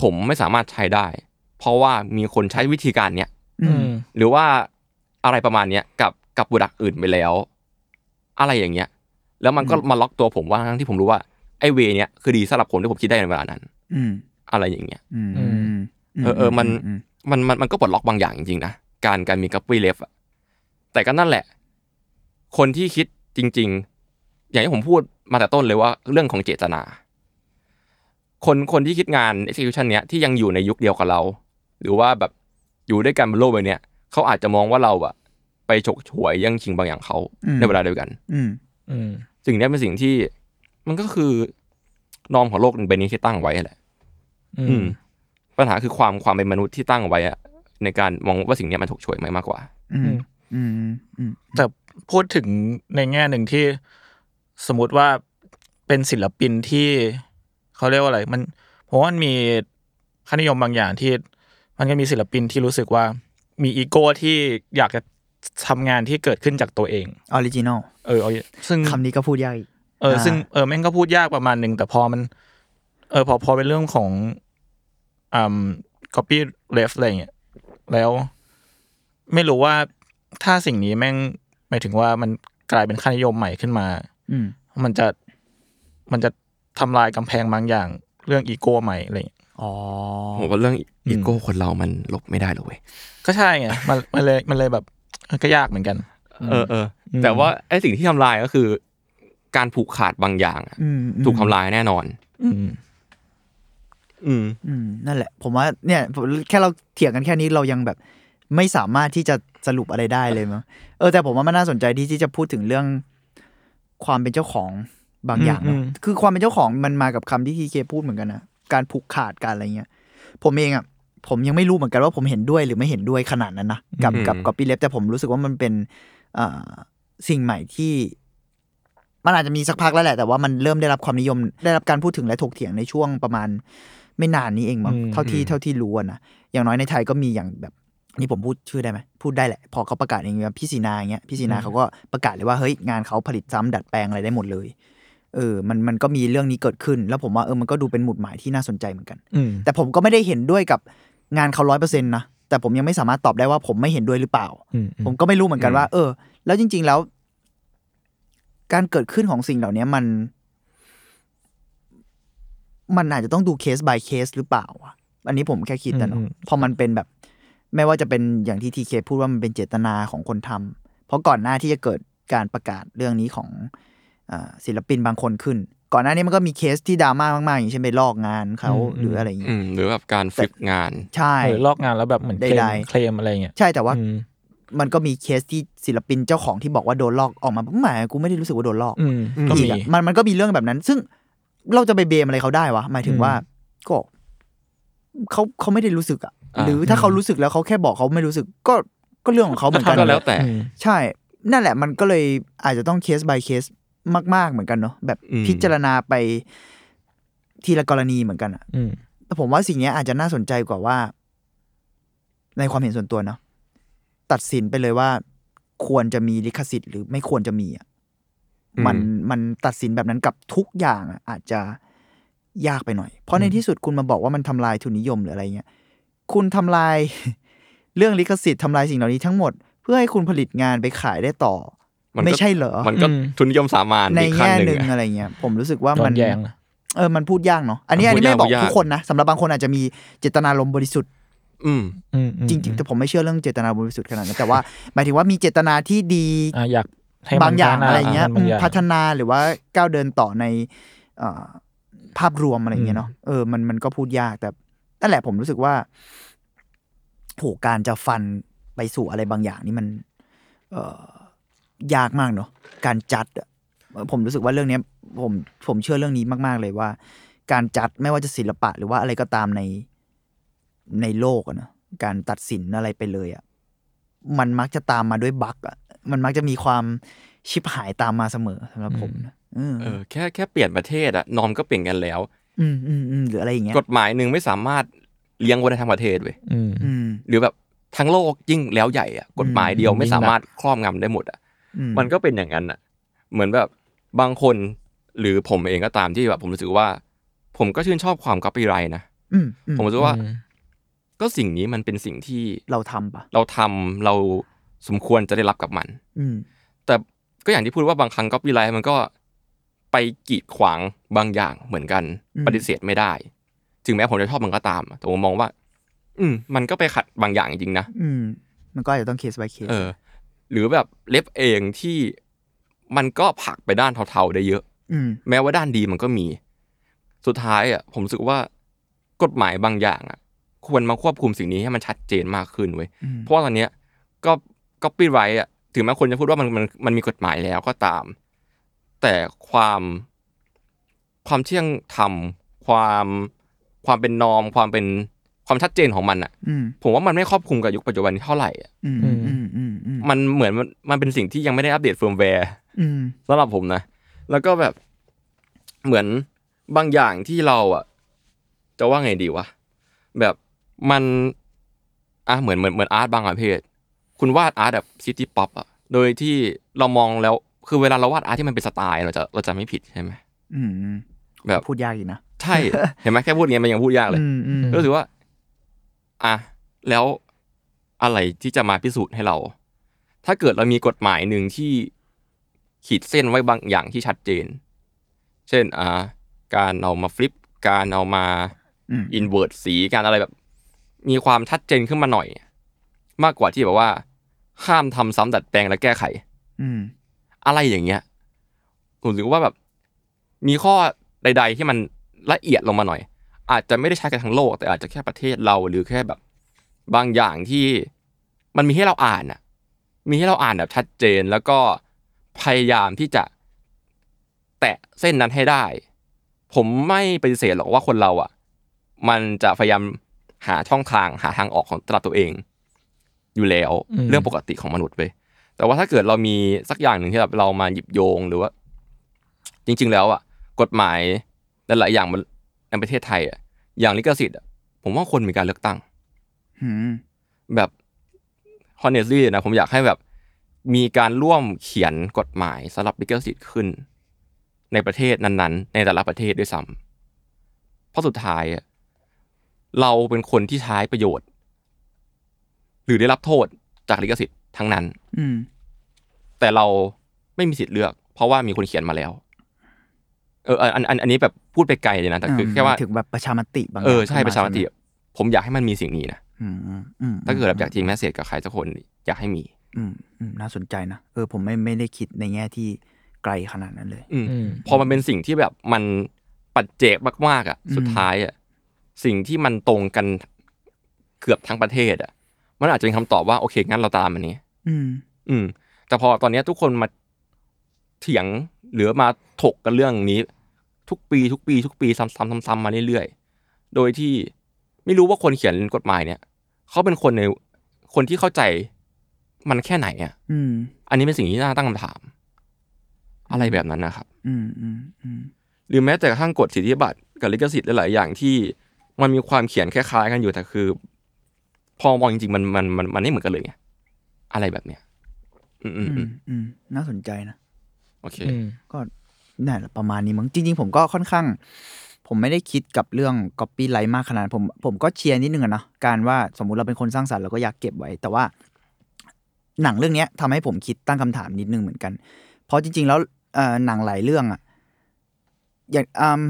Speaker 3: ผมไม่สามารถใช้ได้ เพราะว่ามีคนใช้วิธีการเนี้ย
Speaker 4: อืม
Speaker 3: หรือว่าอะไรประมาณเนี้ยกับกับบุดักอื่นไปแล้ว อะไรอย่างเงี้ย แล้วมันก็มาล็อกตัวผมว่าทั้งที่ผมรู้ว่าไอ้เวย์เนี้ยคือดีสำหรับผมที่ผมคิดได้ในเวลานั้น
Speaker 4: อืม
Speaker 3: อะไรอย่างเงี้ย
Speaker 4: อืม
Speaker 3: เออเออมัน มันมันมันก็ปลดล็อกบางอย่างจริงๆนะการการมีกับวีเลฟอะแต่ก็นั่นแหละ คนที่คิดจริง ๆ อย่างที่ผมพูดมาแต่ต้นเลยว่าเรื่องของเจตนา คนคนที่คิดงาน execution เนี้ยที่ยังอยู่ในยุคเดียวกับเรา หรือว่าแบบอยู่ด้วยกันบนโลกใบเนี้ยเขาอาจจะมองว่าเราอะไปฉกฉวยแย่งชิงบางอย่างเขาในเวลาเดียวกัน
Speaker 4: อืม
Speaker 2: อืม
Speaker 3: สิ่งเนี้ยเป็นสิ่งที่มันก็คือนอมของโลกใบนี้ที่ตั้งไว้แหละ
Speaker 2: อื
Speaker 3: อื
Speaker 2: ม
Speaker 3: มปัญหาคือความความเป็นมนุษย์ที่ตั้งเอาไว้อะในการมองว่าสิ่งเนี้ยมันถูกช่วยไหมมากกว่า
Speaker 4: อืมอืมอืม
Speaker 2: แต่พูดถึงในแง่หนึ่งที่สมมติว่าเป็นศิลปินที่เขาเรียกว่าอะไร มันผมว่ามันมีค่านิยมบางอย่างที่ มันก็มีศิลปินที่รู้สึกว่ามีอีโก้ที่อยากจะทำงานที่เกิดขึ้นจากตัวเอง
Speaker 4: ออริจินอล
Speaker 2: เออเอาซึ่ง
Speaker 4: คำนี้ก็พูดยากอีก
Speaker 2: เออ
Speaker 4: อ่า
Speaker 2: ซึ่งเออแม่งก็พูดยากประมาณหนึ่งแต่พอมัน เออพอพอเป็นเรื่องของอ่า copy left อะไรอย่างเงี้ยแล้วไม่รู้ว่าถ้าสิ่งนี้แม่งหมายถึงว่ามันกลายเป็นค่านิยมใหม่ขึ้นมา
Speaker 4: อืม
Speaker 2: มันจะมันจะทำลายกำแพงบางอย่าง เรื่องอีโก้ใหม่อะไรอย่างเงี้ย
Speaker 4: อ๋อ
Speaker 3: ผมว่าเรื่องอีโก้คนเรามันลบไม่ได้หรอกเว้ย
Speaker 2: ก็ใช่ไงมันมันเลยมันเลยแบบเออก็ยากเหมือนกัน
Speaker 3: เออเออแต่ว่าไอ้สิ่งที่ทำลายก็คือ การผูกขาดบางอย่างอะ
Speaker 4: อืม
Speaker 3: ถูกทำลายแน่นอน
Speaker 2: อืม
Speaker 3: อืม
Speaker 4: อืม นั่นแหละ ผมว่า เนี่ยผมแค่เราเถียงกันแค่นี้เรายังแบบ ไม่สามารถที่จะสรุปอะไรได้เลยมั้งเออแต่ผมว่ามันน่าสนใจที่ที่จะพูดถึงเรื่อง ความเป็นเจ้าของบางอย่างเนอะ
Speaker 2: อืมอืม
Speaker 4: คือความเป็นเจ้าของมันมากับคำที่ทีเคพูดเหมือนกันนะ การผูกขาดการอะไรเงี้ย ผมเองอ่ะ ผมยังไม่รู้เหมือนกันว่าผมเห็นด้วยหรือไม่เห็นด้วยขนาดนั้นนะ กับ
Speaker 3: อืม
Speaker 4: กับกับปีเล็บแต่ผมรู้สึกว่ามันเป็นเอ่อสิ่งใหม่ที่ มันอาจจะมีสักพักแล้วแหละ แต่ว่ามันเริ่มได้รับความนิยม ได้รับการพูดถึงและถกเถียงในช่วงประมาณ ไม่นานนี้เองมั้ง
Speaker 2: อืม
Speaker 4: เท่าที่เท่าที่รู้อะนะอย่างน้อยในไทยก็มีอย่างแบบ นี่ผมพูดชื่อได้ไหมพูดได้แหละ พอเขาประกาศอย่างเงี้ยพี่สีนาอย่างเงี้ยพี่สีนาเขาก็ประกาศเลยว่าเฮ้ยงานเขาผลิตซ้ำดัดแปลงอะไรได้หมดเลย เออ มันมันก็มีเรื่องนี้เกิดขึ้น แล้วผมว่าเออมันก็ดูเป็นหมุดหมายที่น่าสนใจเหมือนกัน
Speaker 2: อืม
Speaker 4: แต่ผมก็ไม่ได้เห็นด้วยกับงานเขาร้อยเปอร์เซ็นต์นะ แต่ผมยังไม่สามารถตอบได้ว่าผมไม่เห็นด้วยหรือเปล่า
Speaker 2: อืมอืม
Speaker 4: ผมก็ไม่รู้เหมือนกันว่า เออ แล้วจริง ๆแล้ว การเกิดขึ้นของสิ่งเหล่านี้มัน มันอาจจะต้องดูเคส by เคสหรือเปล่าวะอันนี้ผมแค่คิดแต่เนาะ
Speaker 2: อืมอืม
Speaker 4: พอมันเป็นแบบ ไม่ว่าจะเป็นอย่างที่ทีเคพูดว่ามันเป็นเจตนาของคนทำเพราะก่อนหน้าที่จะเกิดการประกาศเรื่องนี้ของอาศิลปินบางคนขึ้น ก่อนหน้านี้มันก็มีเคสที่ดราม่ามาก ๆ อย่างเช่นไปลอกงานเขาหรืออะไรอย่าง
Speaker 3: อื
Speaker 4: เงี้ย
Speaker 3: มหรือแบบการฟลิปงาน
Speaker 4: ใช่
Speaker 2: หรือลอกงานแล้วแบบเหมือนเคล
Speaker 4: ใด
Speaker 2: ม
Speaker 4: ๆ
Speaker 2: เคลมอะไรอย่างเงี้ย
Speaker 4: ใช่แต่ว่า
Speaker 2: อืม
Speaker 4: มันก็มีเคสที่ศิลปินเจ้าของที่บอกว่าโดนลอกออกมาไม่กูไม่ได้รู้สึกว่าโดนลอก
Speaker 2: อืมก็
Speaker 4: อี
Speaker 2: มี
Speaker 4: กอะมันมันก็มีเรื่องแบบนั้น ซึ่งเราจะไปเบมอะไรเขาได้วะหมายถึงว่า
Speaker 2: อืม
Speaker 4: ก็เขาเขาไม่ได้รู้สึกอะ
Speaker 3: อ่า
Speaker 4: หรือถ้าเขารู้สึกแล้วเขาแค่บอกเขาไม่รู้สึก ก็ก็เรื่องของเขาเหมือนกัน
Speaker 3: ก็แล้วแต่
Speaker 2: อืม
Speaker 4: ใช่ นั่นแหละ มันก็เลยอาจจะต้องเคส by เคสมาก ๆเหมือนกันเนาะแบบ
Speaker 3: อืม
Speaker 4: พิจารณาไปทีละกรณีเหมือนกันอะ
Speaker 2: อืม
Speaker 4: แต่ผมว่าสิ่งเนี้ยอาจจะน่าสนใจกว่าว่า ในความเห็นส่วนตัวเนาะตัดสินไปเลยว่า ควรจะมีลิขสิทธิ์หรือไม่ควรจะมีอ่ะ
Speaker 3: อืม
Speaker 4: มันมันตัดสินแบบนั้นกับทุกอย่างอะอาจจะยากไปหน่อย เพราะในที่สุดคุณมาบอกว่ามันทำลายทุนนิยมหรืออะไรเงี้ยคุณทำลาย เรื่องลิขสิทธิ์ทำลายสิ่งเหล่านี้ทั้งหมด เพื่อให้คุณผลิตงานไปขายได้ต่อ
Speaker 3: มันก็
Speaker 4: ไม่ใช่เหรอ
Speaker 3: มันก็
Speaker 2: อืม
Speaker 3: ทุนนิยมสามัญ
Speaker 4: ใน
Speaker 3: อีกขั้น
Speaker 4: แง่
Speaker 3: หนึ่
Speaker 4: ห
Speaker 3: ง
Speaker 4: นึ่ง
Speaker 3: อะ
Speaker 4: อะไรเงี้ยผมรู้สึกว่า
Speaker 2: ย้อ
Speaker 4: มัน
Speaker 2: นแย้งนะ
Speaker 4: เออมันพูดยากเนาะอันนี้อันนี้ไม่ได้บอก
Speaker 3: พูดยาก
Speaker 4: ทุกคนนะสำหรับบางคนอาจจะมีเจตนารมณ์บริสุทธิ์
Speaker 3: อืม
Speaker 2: อืมอืม
Speaker 4: จริงๆแต่ผมไม่เชื่อเรื่องเจตนารมณ์บริสุทธิ์ขนาดนั้นแต่ว่า หมายถึงว่ามีเจตนาที่ดี
Speaker 2: อ่ะอยากให้มัน
Speaker 4: บางอย่าง
Speaker 2: พัฒน
Speaker 4: อะไรอย่างเงี้ย
Speaker 2: ให้มันบาง
Speaker 4: อืม
Speaker 2: อย่ง
Speaker 4: พัฒนาหรือว่าก้าวเดินต่อในเอ่อภาพรวมอะไรอย่างเงี้ยเนาะเออมันมันก็พูดยากแต่นั่นแหละผมรู้สึกว่าโหการจะฟันไปสู่อะไรบางอย่างนี่มัน เอ่อยากมากเนาะการจัดอะผมรู้สึกว่าเรื่องเนี้ย ผมผมเชื่อเรื่องนี้มาก ๆ เลยว่า การจัดไม่ว่าจะศิลปะหรือว่าอะไรก็ตามในในโลกอะเนอะการตัดสินอะไรไปเลยอะมันมักจะตามมาด้วยบั๊กอะมันมักจะมีความชิบหายตามมาเสมอสำหรับผมนะเออ
Speaker 3: เออแค่แค่เปลี่ยนประเทศอะนอมก็เปลี่ยนกันแล้ว
Speaker 4: อืมอืมอืมหรืออะไรอย่างเงี้ย
Speaker 3: กฎหมายหนึ่งไม่สามารถเลี้ยงไว้ได้ทั้งประเทศเว้ย
Speaker 2: อืม
Speaker 4: อืม
Speaker 3: หรือแบบทั้งโลกยิ่งแล้วใหญ่อะกฎหมายเดียวไม่สามารถครอบงำได้หมดอะ
Speaker 4: อื
Speaker 3: มันก็เป็นอย่างนั้นน่ะ เหมือนแบบบางคนหรือผมเองก็ตามที่แบบผมรู้สึกว่า ผมก็ชื่นชอบความก๊อปปี้ไรนะ
Speaker 4: อืมอืม
Speaker 3: ผมรู้สึกว่า ก็สิ่งนี้มันเป็นสิ่งที่
Speaker 4: เราทำปะ
Speaker 3: เราทำเราสมควรจะได้รับกับมัน
Speaker 4: อืม
Speaker 3: แต่ก็อย่างที่พูดว่าบางครั้งก๊อปปี้ไรมันก็ไปกีดขวางบางอย่างเหมือนกัน
Speaker 4: อืม
Speaker 3: ปฏิเสธไม่ได้ ถึงแม้ผมจะชอบมันก็ตาม แต่ผมมองว่า อืม มันก็ไปขัดบางอย่างจริงๆนะ
Speaker 4: อืม มันก็อาจจะต้องเคส by เคส
Speaker 3: เออ หรือแบบเล็บเองที่มันก็ผลักไปด้านเทาๆได้เยอะ
Speaker 4: อืม
Speaker 3: แม้ว่าด้านดีมันก็มี สุดท้ายอ่ะผมรู้สึกว่ากฎหมายบางอย่างอ่ะ ควรมาควบคุมสิ่งนี้ให้มันชัดเจนมากขึ้นเว้ย
Speaker 4: อืม
Speaker 3: เพราะว่าตอนเนี้ยก็ก็ปีไรอ่ะถึงแม้คนจะพูดว่ามันมันมันมีกฎหมายแล้วก็ตาม แต่ความความเที่ยงธรรมความความเป็นนอม ความเป็นความชัดเจนของมันอ่ะ
Speaker 4: อืม
Speaker 3: ผมว่ามันไม่ครอบคลุมกับยุคปัจจุบันนี้เท่าไหร่อะ
Speaker 4: อืมอืมอืมอืม
Speaker 3: มันเหมือนมันมันเป็นสิ่งที่ยังไม่ได้อัปเดตเฟิร์มแวร์
Speaker 4: อืม
Speaker 3: สำหรับผมนะ แล้วก็แบบเหมือนบางอย่างที่เราอ่ะ จะว่าไงดีวะ แบบมันอ่ะเหมือนเหมือนเหมือนอาร์ตบางประเภท คุณวาดอาร์ตแบบซิตี้ป๊อปอ่ะ โดยที่เรามองแล้วคือเวลาเราวาดอาร์ตที่มันเป็นสไตล์เราจะเราจะไม่ผิดใช่ไหม
Speaker 4: อืม
Speaker 3: แบบ
Speaker 4: พูดยากอีกนะ
Speaker 3: ใช่ เห็นไหมแค่พูดอย่างเงี้ยมันยังพูดยากเลย
Speaker 4: อืมอืม
Speaker 3: รู้สึกว่า อ่ะ แล้วอะไรที่จะมาพิสูจน์ให้เรา ถ้าเกิดเรามีกฎหมายหนึ่งที่ขีดเส้นไว้บางอย่างที่ชัดเจน เช่น อ่า การเอามาฟลิป การเอามา
Speaker 4: อืม
Speaker 3: อินเวอร์ตสี การอะไรแบบ มีความชัดเจนขึ้นมาหน่อย มากกว่าที่แบบว่า ห้ามทำซ้ำดัดแปลงและแก้ไข
Speaker 4: อืม
Speaker 3: อะไรอย่างเงี้ยผมรู้สึกว่าแบบ มีข้อใด ๆ ที่มันละเอียดลงมาหน่อย อาจจะไม่ได้ใช้กันทั้งโลก แต่อาจจะแค่ประเทศเราหรือแค่แบบ บางอย่างที่มันมีให้เราอ่านอะมีให้เราอ่านแบบชัดเจน แล้วก็พยายามที่จะแตะเส้นนั้นให้ได้ ผมไม่ปฏิเสธหรอกว่าคนเราอะมันจะพยายามหาช่องทางหาทางออกของตลับตัวเอง อยู่แล้ว
Speaker 2: อืม
Speaker 3: เรื่องปกติของมนุษย์เว้ย แต่ว่าถ้าเกิดเรามีสักอย่างหนึ่งที่แบบเรามาหยิบโยงหรือว่า จริง ๆ แล้วอ่ะกฎหมายหลายๆอย่างมันในประเทศไทยอ่ะอย่างลิขสิทธิ์อ่ะผมว่าคนมีการเลือกตั้ง
Speaker 4: อืม
Speaker 3: แบบ honestly นะผมอยากให้แบบมีการร่วมเขียนกฎหมายสำหรับลิขสิทธิ์ขึ้น ในประเทศนั้นๆ ในแต่ละประเทศด้วยซ้ำเพราะสุดท้ายอะเราเป็นคนที่ใช้ประโยชน์ หรือได้รับโทษจากลิขสิทธิ์ทั้งนั้น
Speaker 4: อืม
Speaker 3: แต่เราไม่มีสิทธิ์เลือก เพราะว่ามีคนเขียนมาแล้ว เอออันอันอันนี้แบบพูดไปไกลเลยนะ แต่คือ
Speaker 4: ม
Speaker 3: แค่ว่า
Speaker 4: หมยถึงแบบประชามติบาง
Speaker 3: เออใช่
Speaker 4: ย่ง
Speaker 3: ประชามติ
Speaker 4: ขึ้น
Speaker 3: อะ
Speaker 4: ไ
Speaker 3: ผมอยากให้มันมีสิ่งนี้นะ
Speaker 4: อืมอืมอืม
Speaker 3: ถ้าเกิดแบบอยากทีมแมสเซจกับใครสักคนอยากให้มี
Speaker 4: อืมอืมน่าสนใจนะเออผมไม่ไม่ได้คิดในแง่ที่ไกลขนาดนั้นเลย
Speaker 3: อืม
Speaker 2: อืม
Speaker 3: พอมันเป็นสิ่งที่แบบมันปัจเจกมากๆอ่ะ
Speaker 4: อืม
Speaker 3: สุดท้ายอ่ะสิ่งที่มันตรงกันเกือบทั้งประเทศอ่ะ มันอาจจะเป็นคำตอบว่าโอเคงั้นเราตามอันนี้
Speaker 4: อืม
Speaker 3: อืม แต่พอตอนเนี้ยทุกคนมาเถียงหรือมาถกกันเรื่องนี้ ทุกปีทุกปี ทุกปีซ้ำๆซ้ำๆมาเรื่อยๆ โดยที่ไม่รู้ว่าคนเขียนกฎหมายเนี่ยเขาเป็นคนในคนที่เข้าใจมันแค่ไหนอ่ะ
Speaker 4: อืม
Speaker 3: อันนี้เป็นสิ่งที่น่าตั้งคำถาม อะไรแบบนั้นนะครับ
Speaker 4: อืมอืมอืม
Speaker 3: หรือแม้แต่กระทั่งกฎสิทธิบัตรกับลิขสิทธิ์หลายๆอย่างที่มันมีความเขียนคล้ายๆกันอยู่แต่คือ พอมองจริงๆมันมันมันมันไม่เหมือนกันเลยไงอะไรแบบเนี้ย อืมอืม
Speaker 4: อื
Speaker 3: อื
Speaker 4: ม
Speaker 3: ม
Speaker 4: อืมน่าสนใจนะ
Speaker 3: โอเค
Speaker 2: อืม
Speaker 4: ก็นั่นแหละประมาณนี้มั้งจริง ๆ ผมก็ค่อนข้าง ผมไม่ได้คิดกับเรื่อง Copy ไลท์มากขนาดนั้นผมผมก็เชียร์นิดนึงอะเนาะการว่าสมมุติเราเป็นคนสร้างสารรค์เราก็อยากเก็บไว้ แต่ว่า หนังเรื่องเนี้ยทำให้ผมคิดตั้งคำถามนิดนึงเหมือนกัน เพราะจริง ๆ แล้วเอ่อหนังหลายเรื่องอะอย่างอืม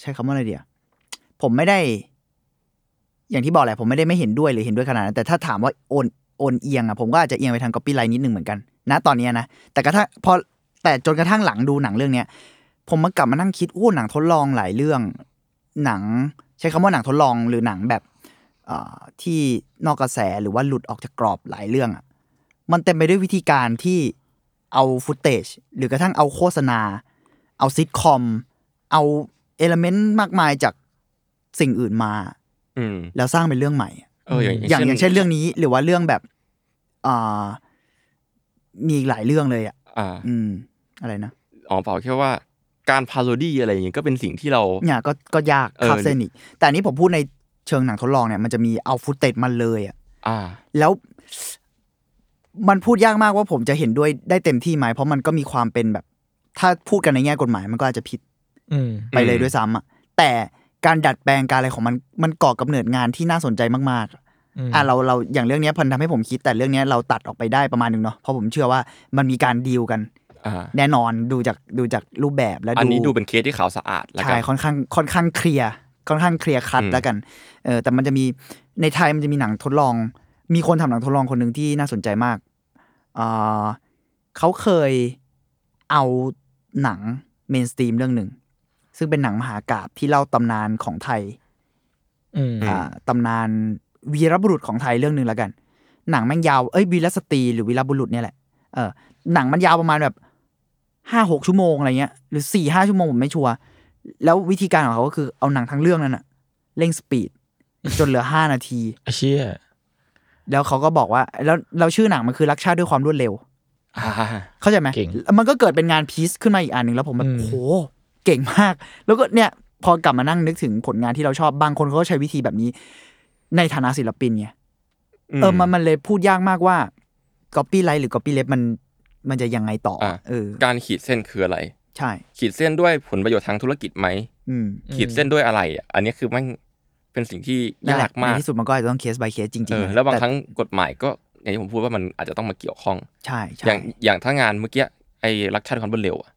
Speaker 4: ใช้คำว่าอะไรเดียวผมไม่ได้ อย่างที่บอกแหละ ผมไม่ได้ไม่เห็นด้วยหรือเห็นด้วยขนาดนั้นแต่ถ้าถามว่าโอนโอนเอียงอะผมก็อาจจะเอียงไปทางก๊อปปี้ไลน์นิดนึงเหมือนกันนะตอนเนี้ยนะแต่กระทั่งพอแต่จนกระทั่งหลังดูหนังเรื่องเนี้ย ผมมากลับมานั่งคิดโอ้หนังทดลองหลายเรื่อง หนัง ใช้คำว่าหนังทดลองหรือหนังแบบเอ่อที่นอกกระแสหรือว่าหลุดออกจากกรอบหลายเรื่องอะมันเต็มไปด้วยวิธีการที่เอาฟุตเทจหรือกระทั่งเอาโฆษณา เอาซิทคอม เอาเอลเมนต์มากมายจากสิ่งอื่นมา
Speaker 3: อืม
Speaker 4: แล้วสร้างเป็นเรื่องใหม่
Speaker 3: เอออย่าง
Speaker 4: อย่าง อย่างเช่นเรื่องนี้ หรือว่าเรื่องแบบอ่ามีอีกหลายเรื่องเลยอ่ะ
Speaker 3: อ่า
Speaker 4: อืม อะไรนะ
Speaker 3: อ๋อเปล่าแค่ว่าการพาโรดี้อะไรอย่างงี้ก็เป็นสิ่งที่เรา
Speaker 4: เนี่ยก็ก็ยาก
Speaker 3: เออ
Speaker 4: คาบเส้นอีก แต่อันนี้ผมพูดในเชิงหนังทดลองเนี่ยมันจะมีเอาฟุตเตจมาเลยอ่ะ
Speaker 3: อ่า
Speaker 4: แล้วมันพูดยากมากว่าผมจะเห็นด้วยได้เต็มที่ไหมเพราะมันก็มีความเป็นแบบ ถ้าพูดกันในแง่กฎหมายมันก็อาจจะผิด
Speaker 2: อืม
Speaker 4: ไปเลย
Speaker 3: อืม
Speaker 4: ด้วยซ้ำอ่ะแต่การดัดแปลงการอะไรของมันมันก่อกำเนิดงานที่น่าสนใจมาก
Speaker 2: อืม
Speaker 4: ๆ อ่ะเราเราอย่างเรื่องเนี้ยพันทำให้ผมคิดแต่เรื่องเนี้ยเราตัดออกไปได้ประมาณหนึ่งเนาะเพราะผมเชื่อว่ามันมีการดีลกัน
Speaker 3: อ่า
Speaker 4: แน่นอนดูจากดูจากรูปแบบและ
Speaker 3: อันนี้ดูเป็นเคสที่ขาวสะอาดแล้วกั
Speaker 4: ใช่
Speaker 3: น
Speaker 4: ค่อนข้างค่อนข้างเคลียร์ค่อนข้างเคลียร์คัด
Speaker 3: อืม
Speaker 4: แล้วกันเออแต่มันจะมีในไทยมันจะมีหนังทดลอง มีคนทำหนังทดลองคนหนึ่งที่น่าสนใจมากอ่าเขาเคยเอาหนังเมนสตรีมเรื่องหนึ่ง ซึ่งเป็นหนังมหากาพย์ที่เล่าตำนานของไทย
Speaker 2: อืม
Speaker 4: อ่าตำนานวีรบุรุษของไทยเรื่องหนึ่งแล้วกัน หนังแม่งยาวเอ้ยวีรสตรีหรือวีรบุรุษเนี่ยแหละเออหนังมันยาวประมาณแบบห้าหกชั่วโมงอะไรเงี้ยหรือสี่ห้าชั่วโมงผมไม่ชัวร์แล้ววิธีการของเขาก็คือเอาหนังทั้งเรื่องนั้นอะเร่งสปีด จนเหลือห้านาที
Speaker 2: ไอ้เชี่ย
Speaker 4: แล้วเขาก็บอกว่า แล้วเราชื่อหนังมันคือรักชาติด้วยความรวดเร็ว
Speaker 3: อ่า
Speaker 4: เข้าใจไหม
Speaker 2: เก่ง
Speaker 4: มันก็เกิดเป็นงานพีซขึ้นมาอีกอันหนึ่งแล้วผมแบ
Speaker 2: อื
Speaker 4: บ
Speaker 2: ม
Speaker 4: โอ้โห เก่งมาก แล้วก็เนี่ย พอกลับมานั่งนึกถึงผลงานที่เราชอบบางคนเขาก็ใช้วิธีแบบนี้ ในฐานะศิลปินไงเออมันมันเลยพูดยากมากว่า Copy ไลท์หรือ Copy เล็บมันมันจะยังไงต่ออะ เออ
Speaker 3: การขีดเส้นคืออะไร
Speaker 4: ใช่
Speaker 3: ขีดเส้นด้วยผลประโยชน์ทางธุรกิจไหม
Speaker 4: อืม
Speaker 3: ขีดเส้นด้วยอะไรอ่ะอันนี้คือแมันเป็นสิ่งที่
Speaker 4: นั่น
Speaker 3: ยา
Speaker 4: แหละ
Speaker 3: กมาก
Speaker 4: ในที่สุดมันก็อาจจะต้องเคส by เคสจริ
Speaker 3: เอง อ
Speaker 4: ๆ
Speaker 3: แล้วบาง
Speaker 4: ต่
Speaker 3: ครั้งกฎหมายก็อย่างที่ผมพูดว่ามันอาจจะต้องมาเกี่ยวข้อง
Speaker 4: ใช่ใช่
Speaker 3: อย่างอย่างถ้างานเมื่อกี้ไอ้รักชาติความรวดเร็วอ่ะ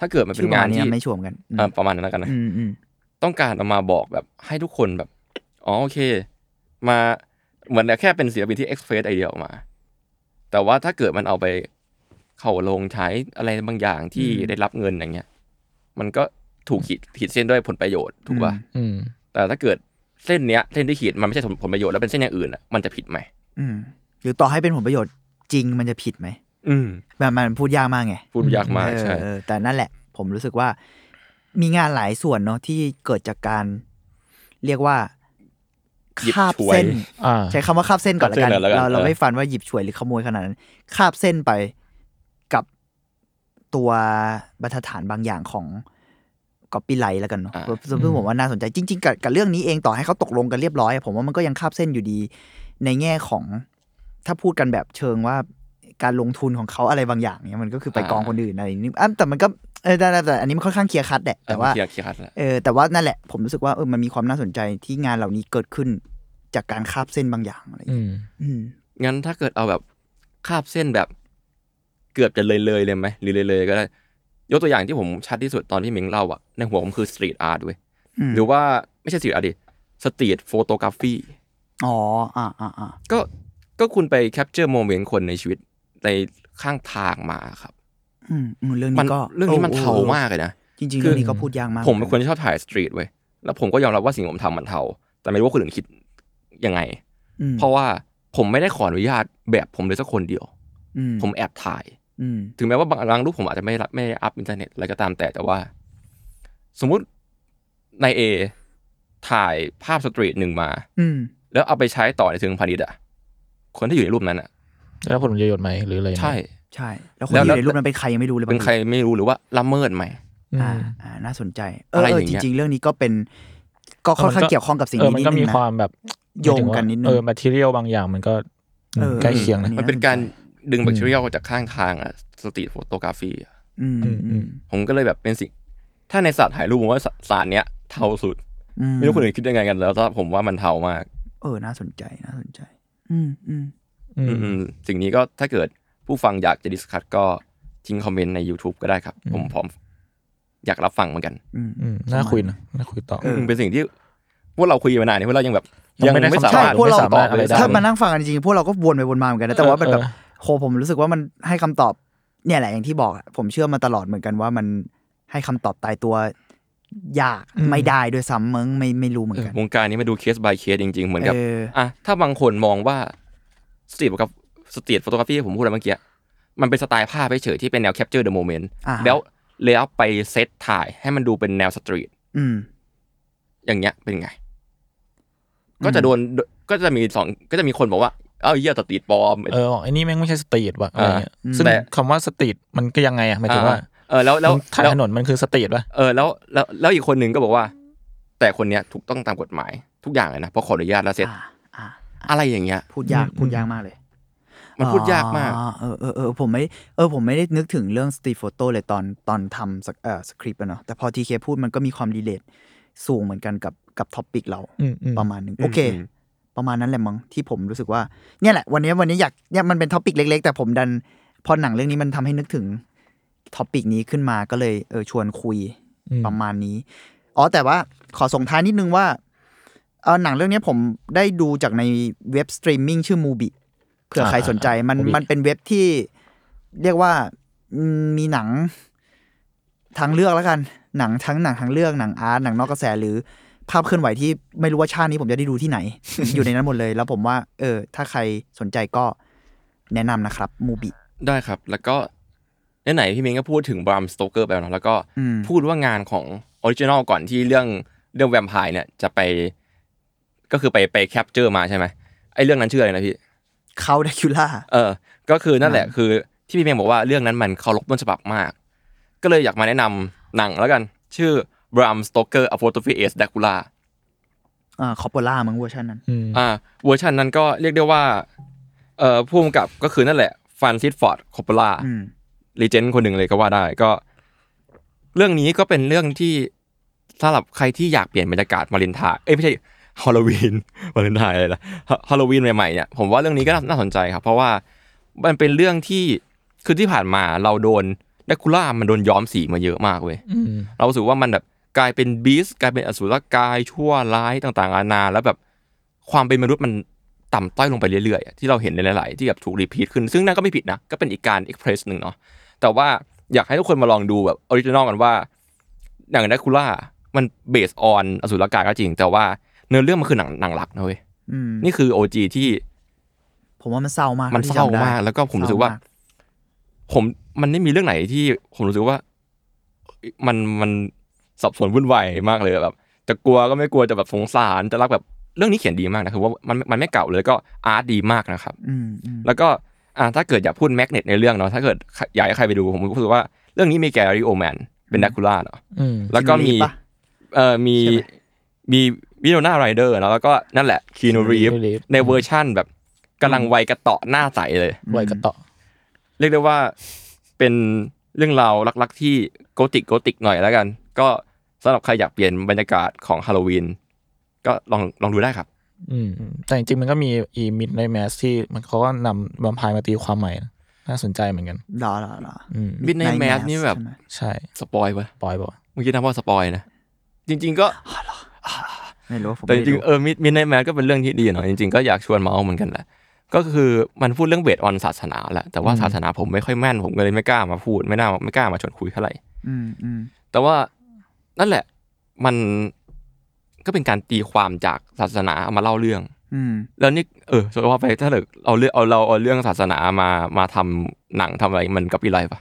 Speaker 3: ถ้าเกิดมันเป็
Speaker 4: ชื่อน ป
Speaker 3: งาม
Speaker 4: ระาน ณนี้
Speaker 3: ที่
Speaker 4: นะไม่ชวมกัน
Speaker 3: เออประมาณนั้นแล้วกันนะ
Speaker 4: มอืม
Speaker 3: ต้องการเอามาบอกแบบให้ทุกคนแบบ อ๋อโอเค มาเหมือนแค่เป็นศิลปินที่เอ็กเพรสไอเดียออกมา แต่ว่าถ้าเกิดมันเอาไปเข้าลงใช้อะไรบางอย่างที่
Speaker 4: อืม
Speaker 3: ได้รับเงินอย่างเงี้ย มันก็ถูกขีดขีดเส้นด้วยผลประโยชน์ถูกป่ะ
Speaker 2: อืม
Speaker 3: แต่ถ้าเกิดเส้นเนี้ยเส้นที่ขีดมันไม่ใช่ผลประโยชน์แล้วเป็นเส้นอย่างอื่นอ่ะมันจะผิดไหม
Speaker 4: อืมหรือต่อให้เป็นผลประโยชน์จริงมันจะผิดไหม
Speaker 3: อืม
Speaker 4: แบบมันพูดยากมากไง
Speaker 3: พูดยากมากใช่
Speaker 4: เออเออแต่นั่นแหละ ผมรู้สึกว่า มีงานหลายส่วนเนาะที่เกิดจากการ เรียกว่า
Speaker 3: หยิบ
Speaker 4: คาบ
Speaker 3: ฉวย
Speaker 4: เส้น
Speaker 2: อ่า
Speaker 4: ใช้คำว่าคาบเส้นก่อนละกั
Speaker 3: คา
Speaker 4: น
Speaker 3: บเส้นก่อนละกัน
Speaker 4: เราเรา
Speaker 3: เออ
Speaker 4: ไม่ฟันว่าหยิบฉวยหรือขโมยขนาดนั้นคาบเส้นไปกับตัวบรรทัดฐานบางอย่างของก๊อปปี้ไลท์แล้วกันเนาะ
Speaker 3: อ่า
Speaker 4: ซึ่งซึ่งผมว่าน่าสนใจจริง ๆ กับกับเรื่องนี้เองต่อให้เขาตกลงกันเรียบร้อยอะผมว่ามันก็ยังคาบเส้นอยู่ดี ในแง่ของ ถ้าพูดกันแบบเชิงว่าการลงทุนของเขาอะไรบางอย่างเนี่ยมันก็คือไปกองคนอื่นอะไรอย่างนี้อ่ะแต่มันก็เออแต่แต่แต่อันนี้มันค่อนข้างเคลียร์คัดแหละแต่ว่า
Speaker 3: เออเคลียร์เคลียร์คัดแล้ว
Speaker 4: เออแต่ว่านั่นแหละผมรู้สึกว่าเออมันมีความน่าสนใจที่งานเหล่านี้เกิดขึ้นจากการคาบเส้นบางอย่างอะไรอย่าง
Speaker 2: อื
Speaker 4: เงี้ย
Speaker 2: ม
Speaker 4: อืม
Speaker 3: งั้นถ้าเกิดเอาแบบคาบเส้นแบบเกือบจะเลยเลยๆเลยไหมหรือเลยเลยๆก็ได้ยกตัวอย่างที่ผมชัดที่สุดตอนที่มิงเล่าอะในหัวผมคือสตรีทอาร์ตเว้ย
Speaker 4: ม
Speaker 3: หรือว่าไม่ใช่สตรีทอาร์ตดิสตรีทโฟโตกราฟี
Speaker 4: อ๋ออ่าอ่าอ่า
Speaker 3: ก็ก็คุณไปแคปเจอร์โมเมนต์คนในชีวิตในข้างทางมาครับ
Speaker 4: อืมอืมเรื่อง
Speaker 3: มัน
Speaker 4: นี้ก็
Speaker 3: เรื่องนี้มัน
Speaker 4: โ
Speaker 3: เทามากเลยนะ
Speaker 4: จริง
Speaker 3: คือ
Speaker 4: ๆเรื่องนี้ก็พูดยากมาก
Speaker 3: ผมเป็นคนที่ชอบถ่ายสตรีทเว้ยแล้วผมก็ยอมรับว่าสิ่งที่ผมทำมันเทาแต่ไม่รู้ว่าคนอื่นคิดยังไง
Speaker 4: อืม
Speaker 3: เพราะว่าผมไม่ได้ขออนุญาตแบบผมเลยสักคนเดียว
Speaker 4: อืม
Speaker 3: ผมแอบถ่าย
Speaker 4: อืม
Speaker 3: ถึงแม้ว่าบางครั้งรูปผมอาจจะไม่รับไม่อัพอินเทอร์เน็ตอะไรก็ตามแต่แต่ว่า สมมุตินายเอถ่ายภาพสตรีทหนึ่งมา
Speaker 4: อืม
Speaker 3: แล้วเอาไปใช้ต่อในเชิงพาณิชย์อะคนที่อยู่ในรูปนั้นอะ
Speaker 2: แล้วผลประโยชน์ไหมหรืออะไรไหม
Speaker 3: ใช่
Speaker 4: ใช่ แล้วคน
Speaker 3: แล้ว
Speaker 4: ที่อ
Speaker 3: แล้ว
Speaker 4: ยู่ในรูปนั้นเป็นใครยังไม่รู้เลย
Speaker 3: เป็น
Speaker 4: บางที
Speaker 3: ใครไม่รู้หรือว่าละเมิดไหม
Speaker 2: อื
Speaker 4: อ่าม อ่าน่าสนใจเอ
Speaker 3: อะ
Speaker 4: อ
Speaker 3: ไรอ
Speaker 4: เอย่าง อ
Speaker 3: เงี้ย
Speaker 4: จริง ๆ เรื่องนี้ก็เป็น ก็
Speaker 2: เออ
Speaker 4: ค่อน
Speaker 2: มัน
Speaker 4: ข้าง
Speaker 2: ก็
Speaker 4: เกี่ยวข้องกับสิ่ง
Speaker 2: เออ
Speaker 4: นี้
Speaker 2: มัน
Speaker 4: นิด
Speaker 2: ก็
Speaker 4: นึ
Speaker 2: มี
Speaker 4: ง
Speaker 2: ควา
Speaker 4: นะ
Speaker 2: มแบบ
Speaker 4: โยงกันนิดนึง
Speaker 2: เออ material บางอย่างมันก็
Speaker 4: เออ
Speaker 2: ใกล้เคียงนะ
Speaker 4: อื
Speaker 3: มันเป็นการดึง
Speaker 2: อืม
Speaker 3: แบคทีเรียจากข้างทางอะสตรีทโฟโตกราฟีอะ
Speaker 4: อืมอืม
Speaker 3: ผมก็เลยแบบเป็นสิ่ง ถ้าในศาสตร์ถ่ายรูปผมว่าศาศาสตร์เนี้ยเทาสุด
Speaker 4: อืม
Speaker 3: ไม่รู้คนอื่นคิดยังไงกันแล้วแต่ผมว่ามันเทามาก
Speaker 4: เออน่าสนใจน่าสนใจ อืมอืม
Speaker 2: อืม
Speaker 3: อืมสิ่งนี้ก็ถ้าเกิดผู้ฟังอยากจะดิสคัตก็ทิ้งคอมเมนต์ใน YouTube ก็ได้ครับ ผมพร้อม อยากรับฟังเหมือนกัน
Speaker 4: อืม
Speaker 2: อืมน่าคุยนะน่าคุยต่อ
Speaker 4: เออ
Speaker 3: มเป็นสิ่งที่พวกเราคุยกันมานานเนี่ยพวกเรายังแบบ
Speaker 2: ยั
Speaker 3: ยัง ง
Speaker 2: ไม่ได้
Speaker 3: ไม่
Speaker 2: คำตอบ
Speaker 3: สามารถ
Speaker 2: พวกเรา
Speaker 3: ไม่สมถอะไรได้
Speaker 4: ถ้ามานั่งฟังกันจริงๆพวกเราก็วนไปวนมาเหมือนกันนะแต่ว่ามันแบบ
Speaker 2: เออ
Speaker 4: โหผมรู้สึกว่ามันให้คำตอบเนี่ยแหละอย่างที่บอกอะผมเชื่อมาตลอดเหมือนกันว่ามันให้คำตอบตายตัวยาก
Speaker 2: อืม
Speaker 4: ไม่ได้ด้วยซ้ำมึงไม่ไม่รู้เหมือนกัน
Speaker 3: วงการนี้มาดูเคส by เคสจริง ๆ เหมือนกับ
Speaker 4: เออ
Speaker 3: อ่ะถ้าบางคนมองว่าสตรีทกับสตรีทฟ o โตกราฟีผมพูดอะไรเมื่อกี้ มันเป็นสไตล์ภาพเฉยๆที่เป็นแนวแคปเจอร์เดอะโมเมนต์
Speaker 4: อ่า
Speaker 3: แล้วแล้วไปเซตถ่ายให้มันดูเป็นแนวสตรีท
Speaker 4: อืม
Speaker 3: อย่างเงี้ยเป็นไง ก็จะโดนก็จะมีสองก็จะมีคนบอกว่า เอ้าเหี้ยสตรีทปลอม
Speaker 2: เออบอกไอ้นี่แม่งไม่ใช่สตรีทว่ะอะไรเงี้ย
Speaker 4: อ่า
Speaker 2: ซึ่ง
Speaker 3: แต่
Speaker 2: คำว่าสตรีทมันก็ยังไงอ่ะหมายถึงว่า
Speaker 3: เออแล้วแล้ว
Speaker 2: มันข้าง
Speaker 3: แล้ว
Speaker 2: ถนนมันคือสตรีทป่ะ
Speaker 3: เออแล้วแล้วแล้วอีกคนหนึ่งก็บอกว่า แต่คนเนี้ยถูกต้องตามกฎหมาย ทุกอย่างเลยนะเพราะขออนุญาตแล้วเสร็จ
Speaker 4: อ่าอ่า
Speaker 3: อะไรอย่างเงี้ย
Speaker 4: พูดยากพูดยากมากเลย
Speaker 3: มันพูดยากมาก
Speaker 4: อ๋อเออเออเออผมไม่เออผมไม่ได้นึกถึงเรื่องสตรีทโฟโต้เลยตอนตอนทำสเอ่อสคริปต์อะเนาะแต่พอทีเคพูดมันก็มีความรีเลทสูงเหมือนกันกับกับท็อปิกเรา
Speaker 2: อืมอืม
Speaker 4: ประมาณหนึ่งโอเค ประมาณนั้นแหละมั้งที่ผมรู้สึกว่าเนี่ยแหละวันนี้วันนี้อยากเนี่ยมันเป็นท็อปิกเล็ก ๆ แต่ผมดัน พอหนังเรื่องนี้มันทำให้นึกถึงท็อปิกนี้ขึ้นมาก็เลยเออชวนคุย
Speaker 2: อืม
Speaker 4: ประมาณนี้อ๋อแต่ว่าขอส่งท้ายนิดนึงว่าเออหนังเรื่องนี้ผมได้ดูจากในเว็บสตรีมมิ่งชื่อมูบิเผื่อใครสนใจมัน
Speaker 2: Mubi
Speaker 4: มันเป็นเว็บที่เรียกว่าอืมมีหนังทางเลือกแล้วกัน หนังทั้งหนังทางเลือกหนังอาร์ตหนังนอกกระแสหรือ ภาพเคลื่อนไหวที่ไม่รู้ว่าชาตินี้ผมจะได้ดูที่ ไหน อยู่ในนั้นหมดเลย แล้วผมว่า เออ ถ้าใครสนใจก็แนะนำนะครับมูบิ
Speaker 3: ได้ครับ แล้วก็ไหนๆพี่เมงก็พูดถึงบรามสโตเกอร์ไปแล้วเนอะแล้วก็
Speaker 4: อืม
Speaker 3: พูดว่างานของออริจินอลก่อนที่เรื่องเรื่องแวมไพร์เนี่ยจะไป ก็คือไปไปแคปเจอร์มาใช่ไหมไอ้เรื่องนั้นชื่ออะไรนะพี่
Speaker 4: เขา d ดคิล่า
Speaker 3: เออ ก็คือนั่นแหละคือที่พี่เมงบอกว่าเรื่องนั้นมันเคารพต้นฉบับมาก ก็เลยอยากมาแนะนำหนังแล้วกัน ชื่อบรามสโตเกอร์อโฟโตฟีเอสดักคูล่า
Speaker 4: อ่าคอปโปล่ามั้งเวอร์ชันนั้น
Speaker 2: อืม
Speaker 3: อ่าเวอร์ชันนั้นก็เรียกได้ว่าเอ่อผู้กำกับก็คือนั่นแหละฟันซิดฟอร์ดคอปเปล่า
Speaker 4: อืม
Speaker 3: ลีเจนคนหนึ่งเลยก็ว่าได้ก็ เรื่องนี้ก็เป็นเรื่องที่สำหรับใครที่อยากเปลี่ยนบรรยากาศมาเลนไทน์เอ้ยไม่ใช่ฮอลโลวีน วาเลนไทน์อะไรล่ะฮอลโลวีนใหม่ๆเนี่ยผมว่าเรื่องนี้ก็น่าน่าสนใจครับ เพราะว่ามันเป็นเรื่องที่คือที่ผ่านมาเราโดนแดคูล่ามันโดนย้อมสีมาเยอะมากเว้ย
Speaker 2: อืม
Speaker 3: เรารู้สึกว่ามันแบบกลายเป็นบีสต์กลายเป็นอสุรกายชั่วร้ายต่างๆนานาแล้วแบบความเป็นมนุษย์มันต่ำต้อยลงไปเรื่อยๆอะที่เราเห็นในหลาย ๆ ที่แบบถูกรีพีทขึ้น ซึ่งนั่นก็ไม่ผิดนะ ก็เป็นอีกการเอ็กเพรสหนึ่งเนาะแต่ว่าอยากให้ทุกคนมาลองดูแบบออริจินอลกันว่าหนังดักคูล่ามันเบสออนอสุรกายก็จริง แต่ว่าเนื้อเรื่องมันคือหนังหนังหลักนะเว้ย
Speaker 4: อืม
Speaker 3: นี่คือ OG ที่
Speaker 4: ผมว่ามันเศร้ามาก
Speaker 3: มัน
Speaker 4: ที่
Speaker 3: เศร้า
Speaker 4: จำได้
Speaker 3: มากแล้วก็ผมรู้สึกว่า
Speaker 4: เศร้ม
Speaker 3: ผมมันไม่มีเรื่องไหนที่ผมรู้สึกว่ามันมันสับสนวุ่นวายมากเลยแบบ จะกลัวก็ไม่กลัวจะแบบสงสารจะรักแบบเรื่องนี้เขียนดีมากนะคือว่ามันมันไม่เก่าเลยแล้วก็อาร์ตดีมากนะครับ
Speaker 4: อืมอืม
Speaker 3: แล้วก็อ่าถ้าเกิดอยากพูดแมกเนตในเรื่องเนาะถ้าเกิดอยากให้ใครไปดูผมรู้สึกว่าเรื่องนี้มีแกริโอแมนเป็นดักคูล่าเนาะ
Speaker 2: อืม
Speaker 3: แล้วก็มี
Speaker 4: จิลีปะ
Speaker 3: เอ่อมี
Speaker 4: ใช่ไหม
Speaker 3: มีวิโนนาไรเดอร์เนาะแล้วก็นั่นแหละคีนูรีฟ
Speaker 2: Keanu Reeves
Speaker 3: ในเวอร์ชั่นแบบกำลังวัยกระเตาะหน้าใสเลย
Speaker 2: ไวยกระเต่อ
Speaker 3: เรียกได้ว่าเป็นเรื่องราวรักๆที่โกติกโกติกหน่อยแล้วกัน ก็สำหรับใครอยากเปลี่ยนบรรยากาศของฮาโลวีนก็ลองลองดูได้ครับ
Speaker 2: อืมอืมแต่จริงๆมันก็มีอีมิดในแมสที่มันเขาก็นำแวมไพร์มาตีความใหม่นะน่าสนใจเหมือนกัน
Speaker 4: เหรอเหรอเหรอ
Speaker 2: อืม
Speaker 3: Midnight
Speaker 4: Midnight
Speaker 3: Mass
Speaker 4: Mass
Speaker 3: นี่แบบ
Speaker 4: ใช่ไหม
Speaker 2: ใช่
Speaker 3: สปอยวะ
Speaker 2: ปอยบอก
Speaker 3: เมื่อกี้นะว่าสปอยนะ จริง ๆ ก็
Speaker 4: ไม่รู้ผม
Speaker 3: แต่จริง
Speaker 4: ไม่
Speaker 3: ๆเออมิดมินไนแมก็เป็นเรื่องที่ดีเนาะจริงๆก็อยากชวนเมาส์เหมือนกันแหละก็คือมันพูดเรื่องเวทออนศาสนาแหละแต่ว่า
Speaker 2: อืม
Speaker 3: ศาสนาผมไม่ค่อยแม่นผมก็เลยไม่กล้ามาพูดไม่น่าไม่กล้ามาชวนคุยเท่าไหร่
Speaker 4: อืมอืม
Speaker 3: แต่ว่านั่นแหละมันก็เป็นการตีความจากศาสนามาเล่าเรื่อง
Speaker 4: อืม
Speaker 3: แล้วนี่เออจะว่าไปถ้าเกิดเอาเรื่องเอาเราเอาเรื่องศาสนามามาทำหนังทำอะไรมันกับอีไลฟ์ปะ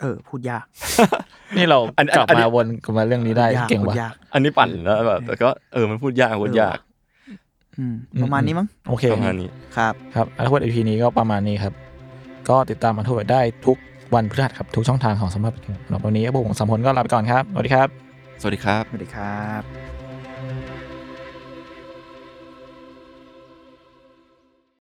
Speaker 4: เออ พูดยาก
Speaker 2: นี่เรา
Speaker 3: อันอัน
Speaker 2: กลับ
Speaker 3: อันนี้
Speaker 2: มาวนกลับมาเรื่องนี้ได้
Speaker 4: ยาก
Speaker 2: เก่ง
Speaker 4: พู
Speaker 2: ว่ะ
Speaker 4: ดยาก
Speaker 3: อันนี้ปั่นแล้วแบบแต่ก็เออมันพูดยากพูดยาก
Speaker 4: อืม
Speaker 2: อืม
Speaker 4: ประมาณนี้มั้ง
Speaker 2: โอเค
Speaker 3: ประมาณนี้
Speaker 4: ครับ
Speaker 2: ครับอันทวด EP นี้ก็ประมาณนี้ครับ ก็ติดตามอันทวดได้ทุกวันพฤหัสครับ ทุกช่องทางของสำนักสำหรับวันนี้ครับผมสามคนก็ลาไปก่อนครับ สวัสดีครับ
Speaker 3: สวัสดีครับ
Speaker 4: สวัสดีครับ